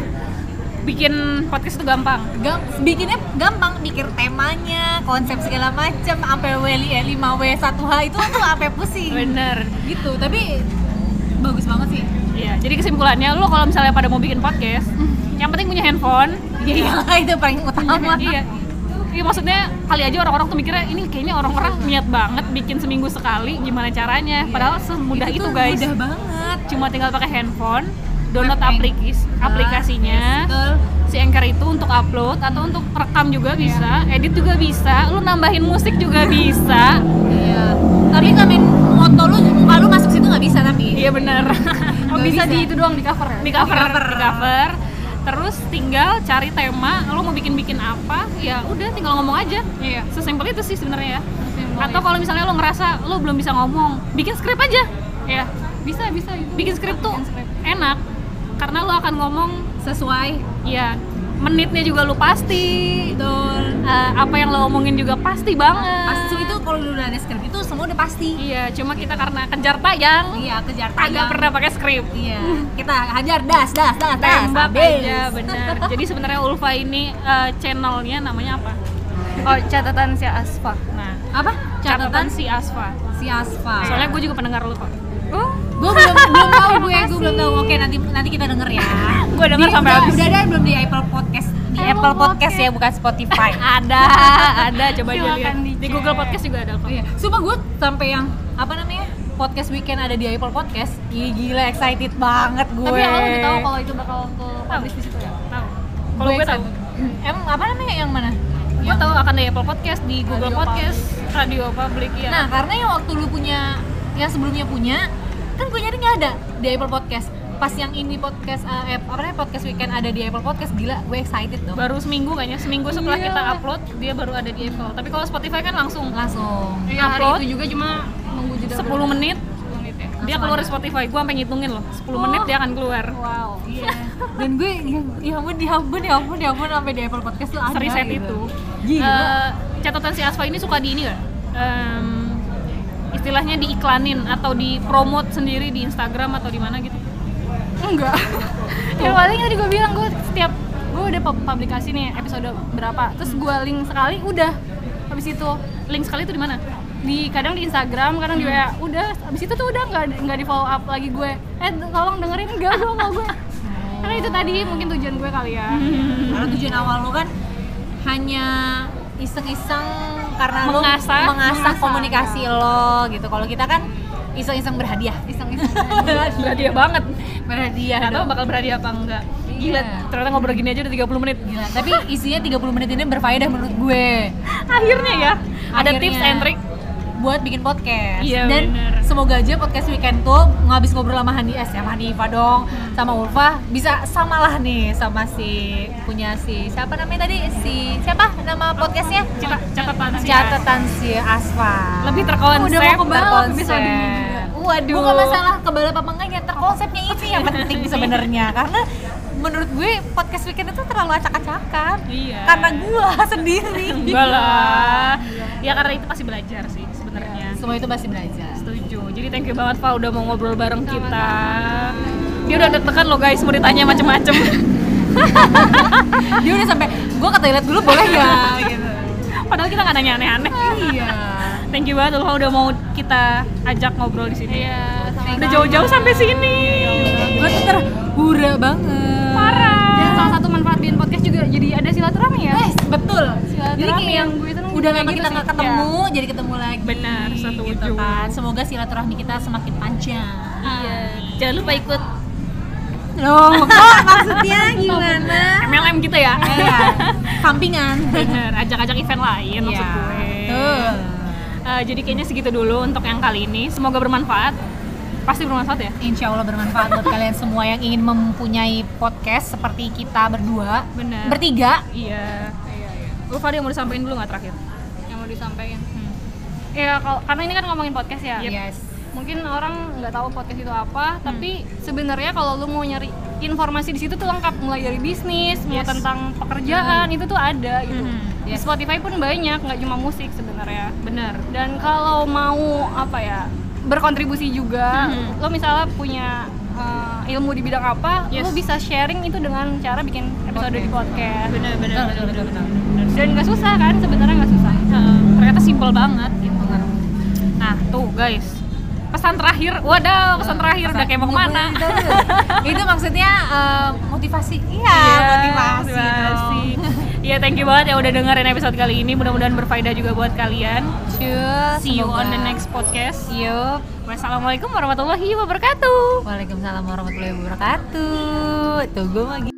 [SPEAKER 2] bikin podcast itu gampang
[SPEAKER 1] gam- bikinnya gampang mikir temanya, konsep segala macam, sampai W 5W 1H itu tuh sampai pusing.
[SPEAKER 2] bener
[SPEAKER 1] gitu, tapi bagus banget sih.
[SPEAKER 2] Iya, jadi kesimpulannya lo kalau misalnya pada mau bikin podcast, yang penting punya handphone,
[SPEAKER 1] Hmm. Iya, iya, (laughs) itu paling utama.
[SPEAKER 2] iya iya maksudnya kali aja orang-orang tuh mikirnya ini kayaknya orang-orang niat banget bikin seminggu sekali gimana caranya padahal semudah itu,
[SPEAKER 1] Iya. tuh
[SPEAKER 2] guys
[SPEAKER 1] Mudah banget.
[SPEAKER 2] cuma tinggal pakai handphone download
[SPEAKER 1] Pakai.
[SPEAKER 2] aplikis
[SPEAKER 1] Ah,
[SPEAKER 2] aplikasinya
[SPEAKER 1] Betul.
[SPEAKER 2] si Anchor itu untuk upload atau untuk rekam
[SPEAKER 1] Iya.
[SPEAKER 2] juga bisa edit juga bisa lu nambahin musik
[SPEAKER 1] (laughs)
[SPEAKER 2] juga bisa
[SPEAKER 1] Iya. Tapi ngamen moto lu muka lu masuk situ nggak bisa tapi.
[SPEAKER 2] iya bener (laughs)
[SPEAKER 3] Oh
[SPEAKER 1] Nggak
[SPEAKER 3] bisa,
[SPEAKER 1] bisa.
[SPEAKER 3] di itu doang di cover ya.
[SPEAKER 2] di
[SPEAKER 1] Di
[SPEAKER 2] cover,
[SPEAKER 1] cover.
[SPEAKER 2] di cover. terus tinggal cari tema lu mau bikin-bikin apa ya udah tinggal ngomong aja
[SPEAKER 3] Iya.
[SPEAKER 2] sesimpel itu sih sebenarnya ya atau kalau misalnya lo ngerasa lo belum bisa ngomong bikin skrip aja ya
[SPEAKER 3] bisa bisa itu.
[SPEAKER 2] bikin skrip tuh
[SPEAKER 3] Bikin skrip.
[SPEAKER 2] enak karena lo akan ngomong
[SPEAKER 1] Sesuai.
[SPEAKER 2] ya menitnya juga lo pasti
[SPEAKER 1] Betul.
[SPEAKER 2] eh, apa yang lo omongin juga pasti banget
[SPEAKER 1] Pasti itu kalau udah ada skrip itu semua udah pasti.
[SPEAKER 2] iya cuma kita karena kejar tayang
[SPEAKER 1] Iya, kejar
[SPEAKER 2] agak
[SPEAKER 1] tayang.
[SPEAKER 2] pernah pakai skrip
[SPEAKER 1] Iya, kita hajar das das das das.
[SPEAKER 2] tembak
[SPEAKER 1] habis.
[SPEAKER 2] aja bener jadi sebenarnya Ulfa ini eh, channelnya namanya apa
[SPEAKER 3] Oh, catatan si Aspa.
[SPEAKER 2] nah
[SPEAKER 1] Apa?
[SPEAKER 2] catatan
[SPEAKER 1] Catatan
[SPEAKER 2] si Asfa
[SPEAKER 1] si Asfa.
[SPEAKER 2] soalnya gue juga pendengar lo kok
[SPEAKER 3] Oh,
[SPEAKER 1] gue belum belum tahu gue, gue belum tahu. Oke, nanti nanti kita denger ya.
[SPEAKER 2] gue denger
[SPEAKER 1] Di-
[SPEAKER 2] sampai
[SPEAKER 1] udah,
[SPEAKER 2] habis
[SPEAKER 1] Udah ada belum di Apple Podcast? Di
[SPEAKER 3] Apple
[SPEAKER 1] Apple, Podcast,
[SPEAKER 3] Podcast.
[SPEAKER 1] ya, bukan Spotify.
[SPEAKER 2] (laughs) ada ada coba aja
[SPEAKER 3] Silakan
[SPEAKER 2] lihat di
[SPEAKER 3] dicek.
[SPEAKER 2] Google Podcast juga ada kok
[SPEAKER 1] Oh iya, sumpah gue sampai yang apa namanya? Podcast weekend ada di Apple Podcast. Ih, gila excited banget gue.
[SPEAKER 3] tapi awal udah tahu kalau itu bakal ke publish di situ ya.
[SPEAKER 2] tahu kalau gue tahu
[SPEAKER 1] (clears throat) Em apa namanya yang mana?
[SPEAKER 2] gue
[SPEAKER 1] Yang-
[SPEAKER 2] tahu akan di Apple Podcast di Google
[SPEAKER 1] Radio
[SPEAKER 2] Podcast radio Iya. public ya
[SPEAKER 1] Nah, karena yang waktu lu punya yang sebelumnya punya, kan gue nyari nggak ada di Apple Podcast. Pas yang ini podcast eh, app- apa namanya podcast weekend ada di Apple Podcast, gila gue excited dong.
[SPEAKER 2] baru seminggu kayaknya seminggu setelah
[SPEAKER 3] Iya.
[SPEAKER 2] kita upload dia baru ada di Apple tapi kalau Spotify kan langsung
[SPEAKER 1] Langsung.
[SPEAKER 3] Iya, hari
[SPEAKER 2] Upload.
[SPEAKER 3] itu juga cuma nunggu jeda
[SPEAKER 2] 10
[SPEAKER 3] berapa?
[SPEAKER 2] menit Oh.
[SPEAKER 3] 10 menit ya.
[SPEAKER 2] dia
[SPEAKER 1] Langsung
[SPEAKER 2] keluar
[SPEAKER 1] ada.
[SPEAKER 2] di Spotify gue sampai ngitungin loh 10 menit dia akan keluar
[SPEAKER 3] Wow.
[SPEAKER 1] Iya. Dan gue ya, ya ampun, ya ampun, ya ampun, ya ampun sampai di Apple Podcast tuh ada.
[SPEAKER 2] seriset
[SPEAKER 1] gitu.
[SPEAKER 2] itu
[SPEAKER 1] Gila.
[SPEAKER 2] Eh, catatan si Asfa ini suka di ini gak? Em, istilahnya diiklanin atau dipromot sendiri di Instagram atau di mana gitu
[SPEAKER 3] (laughs) Enggak. yang paling tadi gue bilang gue setiap gue udah pub- publikasi nih episode berapa, terus gue link sekali udah
[SPEAKER 2] habis itu link sekali itu di mana
[SPEAKER 3] di kadang di Instagram kadang di WA udah abis itu tuh udah nggak nggak di follow up lagi gue eh tolong dengerin enggak gue mau gue
[SPEAKER 2] Eh,
[SPEAKER 3] karena itu tadi mungkin tujuan gue kali ya
[SPEAKER 1] Karena tujuan awal lu kan hanya iseng-iseng karena lu
[SPEAKER 2] Mengasah.
[SPEAKER 1] mengasah,
[SPEAKER 3] Mengasah.
[SPEAKER 1] komunikasi lo gitu. Kalau kita kan iseng-iseng berhadiah.
[SPEAKER 3] iseng-iseng
[SPEAKER 2] berhadiah banget
[SPEAKER 1] (laughs) Berhadiah.
[SPEAKER 2] Ya, nggak tahu
[SPEAKER 1] dong.
[SPEAKER 2] bakal berhadiah apa enggak gila
[SPEAKER 1] Iya.
[SPEAKER 2] ternyata ngobrol gini aja udah 30 menit
[SPEAKER 1] Gila, tapi isinya 30 menit ini berfaedah menurut gue.
[SPEAKER 2] akhirnya ya ada
[SPEAKER 1] Akhirnya.
[SPEAKER 2] tips and trick
[SPEAKER 1] buat bikin podcast
[SPEAKER 2] Iya,
[SPEAKER 1] dan
[SPEAKER 2] bener.
[SPEAKER 1] semoga aja podcast weekend tuh ngabis ngobrol sama Hani eh, sama Hanifa dong sama Ulfa bisa samalah nih sama si punya si siapa namanya tadi si siapa nama podcastnya
[SPEAKER 2] Cita- catatan sih.
[SPEAKER 1] catatan si Asfa
[SPEAKER 2] Lebih terkonsep,
[SPEAKER 1] udah mau kebalap
[SPEAKER 2] terkonsep.
[SPEAKER 1] bisa juga
[SPEAKER 2] Waduh.
[SPEAKER 1] bukan masalah kebalap apa enggak ya terkonsepnya itu yang
[SPEAKER 2] (laughs)
[SPEAKER 1] penting sebenarnya karena menurut gue podcast weekend itu terlalu acak-acakan
[SPEAKER 2] Iya.
[SPEAKER 1] karena gue (laughs) sendiri
[SPEAKER 2] enggak lah ya karena itu pasti belajar sih sebenarnya
[SPEAKER 1] semua itu masih belajar
[SPEAKER 2] setuju jadi thank you banget Pak udah mau ngobrol bareng kita dia udah deg-degan loh guys mau ditanya macem-macem (laughs)
[SPEAKER 1] dia udah sampai gue ke toilet dulu boleh
[SPEAKER 2] (laughs)
[SPEAKER 1] nggak
[SPEAKER 2] Iya.
[SPEAKER 1] gitu
[SPEAKER 2] padahal kita nggak nanya aneh-aneh
[SPEAKER 1] iya
[SPEAKER 2] thank you banget Ulfa udah mau kita ajak ngobrol di sini
[SPEAKER 3] Iya, sama-sama.
[SPEAKER 2] udah jauh-jauh sampai sini
[SPEAKER 1] gue tuh terhura banget
[SPEAKER 3] Dan
[SPEAKER 2] parah
[SPEAKER 3] salah satu manfaat bikin podcast juga jadi ada silaturahmi ya.
[SPEAKER 1] Eh, betul jadi
[SPEAKER 3] Silaturahmi
[SPEAKER 1] kayak
[SPEAKER 3] yang gue tuh
[SPEAKER 1] udah
[SPEAKER 3] kayak
[SPEAKER 1] lama
[SPEAKER 3] gitu
[SPEAKER 1] kita
[SPEAKER 3] sih.
[SPEAKER 1] nggak ketemu jadi ketemu lagi
[SPEAKER 2] iya. Benar, setuju.
[SPEAKER 1] gitu kan semoga silaturahmi kita semakin panjang
[SPEAKER 2] Iya. jangan lupa ikut
[SPEAKER 1] loh (laughs) kok maksudnya gimana
[SPEAKER 2] MLM kita ya
[SPEAKER 1] ya sampingan
[SPEAKER 2] bener ajak-ajak event lain maksud gue
[SPEAKER 1] Tuh.
[SPEAKER 2] Eh, jadi kayaknya segitu dulu untuk yang kali ini semoga bermanfaat pasti bermanfaat ya
[SPEAKER 1] Insya Allah bermanfaat buat kalian semua yang ingin mempunyai podcast seperti kita berdua,
[SPEAKER 2] Benar.
[SPEAKER 1] bertiga,
[SPEAKER 2] iya lu Fadi yang mau disampaikan dulu nggak terakhir
[SPEAKER 3] Iya, Yang mau disampaikan.
[SPEAKER 2] Hmm.
[SPEAKER 3] Ya kalau karena ini kan ngomongin podcast ya.
[SPEAKER 1] yes.
[SPEAKER 3] Mungkin orang nggak tahu podcast itu apa, tapi sebenarnya kalau lu mau nyari informasi di situ tuh lengkap mulai dari bisnis, mau
[SPEAKER 2] Yes.
[SPEAKER 3] tentang pekerjaan, itu tuh ada gitu.
[SPEAKER 2] Mhm.
[SPEAKER 3] Di
[SPEAKER 1] Yes.
[SPEAKER 3] Spotify pun banyak, nggak cuma musik sebenarnya.
[SPEAKER 2] bener
[SPEAKER 3] Dan kalau mau apa ya berkontribusi juga,
[SPEAKER 2] Mhm.
[SPEAKER 3] lo misalnya punya uh, ilmu di bidang apa,
[SPEAKER 2] Yes.
[SPEAKER 3] lo bisa sharing itu dengan cara bikin episode di podcast.
[SPEAKER 2] bener bener bener bener, bener.
[SPEAKER 3] Dan nggak susah kan, sebenarnya nggak susah.
[SPEAKER 2] Heeh, Eh, ternyata simple banget gitu kan nah tuh guys pesan terakhir wadaw pesan terakhir udah kayak mau kemana
[SPEAKER 1] Itu, itu maksudnya eh, motivasi. Iya, motivasi.
[SPEAKER 2] motivasi.
[SPEAKER 1] dong.
[SPEAKER 2] Iya, thank you banget ya udah dengerin episode kali ini. Mudah-mudahan berfaedah juga buat kalian.
[SPEAKER 1] Cus,
[SPEAKER 2] See you
[SPEAKER 1] semoga.
[SPEAKER 2] on the next podcast.
[SPEAKER 1] Yup.
[SPEAKER 2] Wassalamualaikum warahmatullahi wabarakatuh.
[SPEAKER 1] Waalaikumsalam warahmatullahi wabarakatuh. Tuh gue mau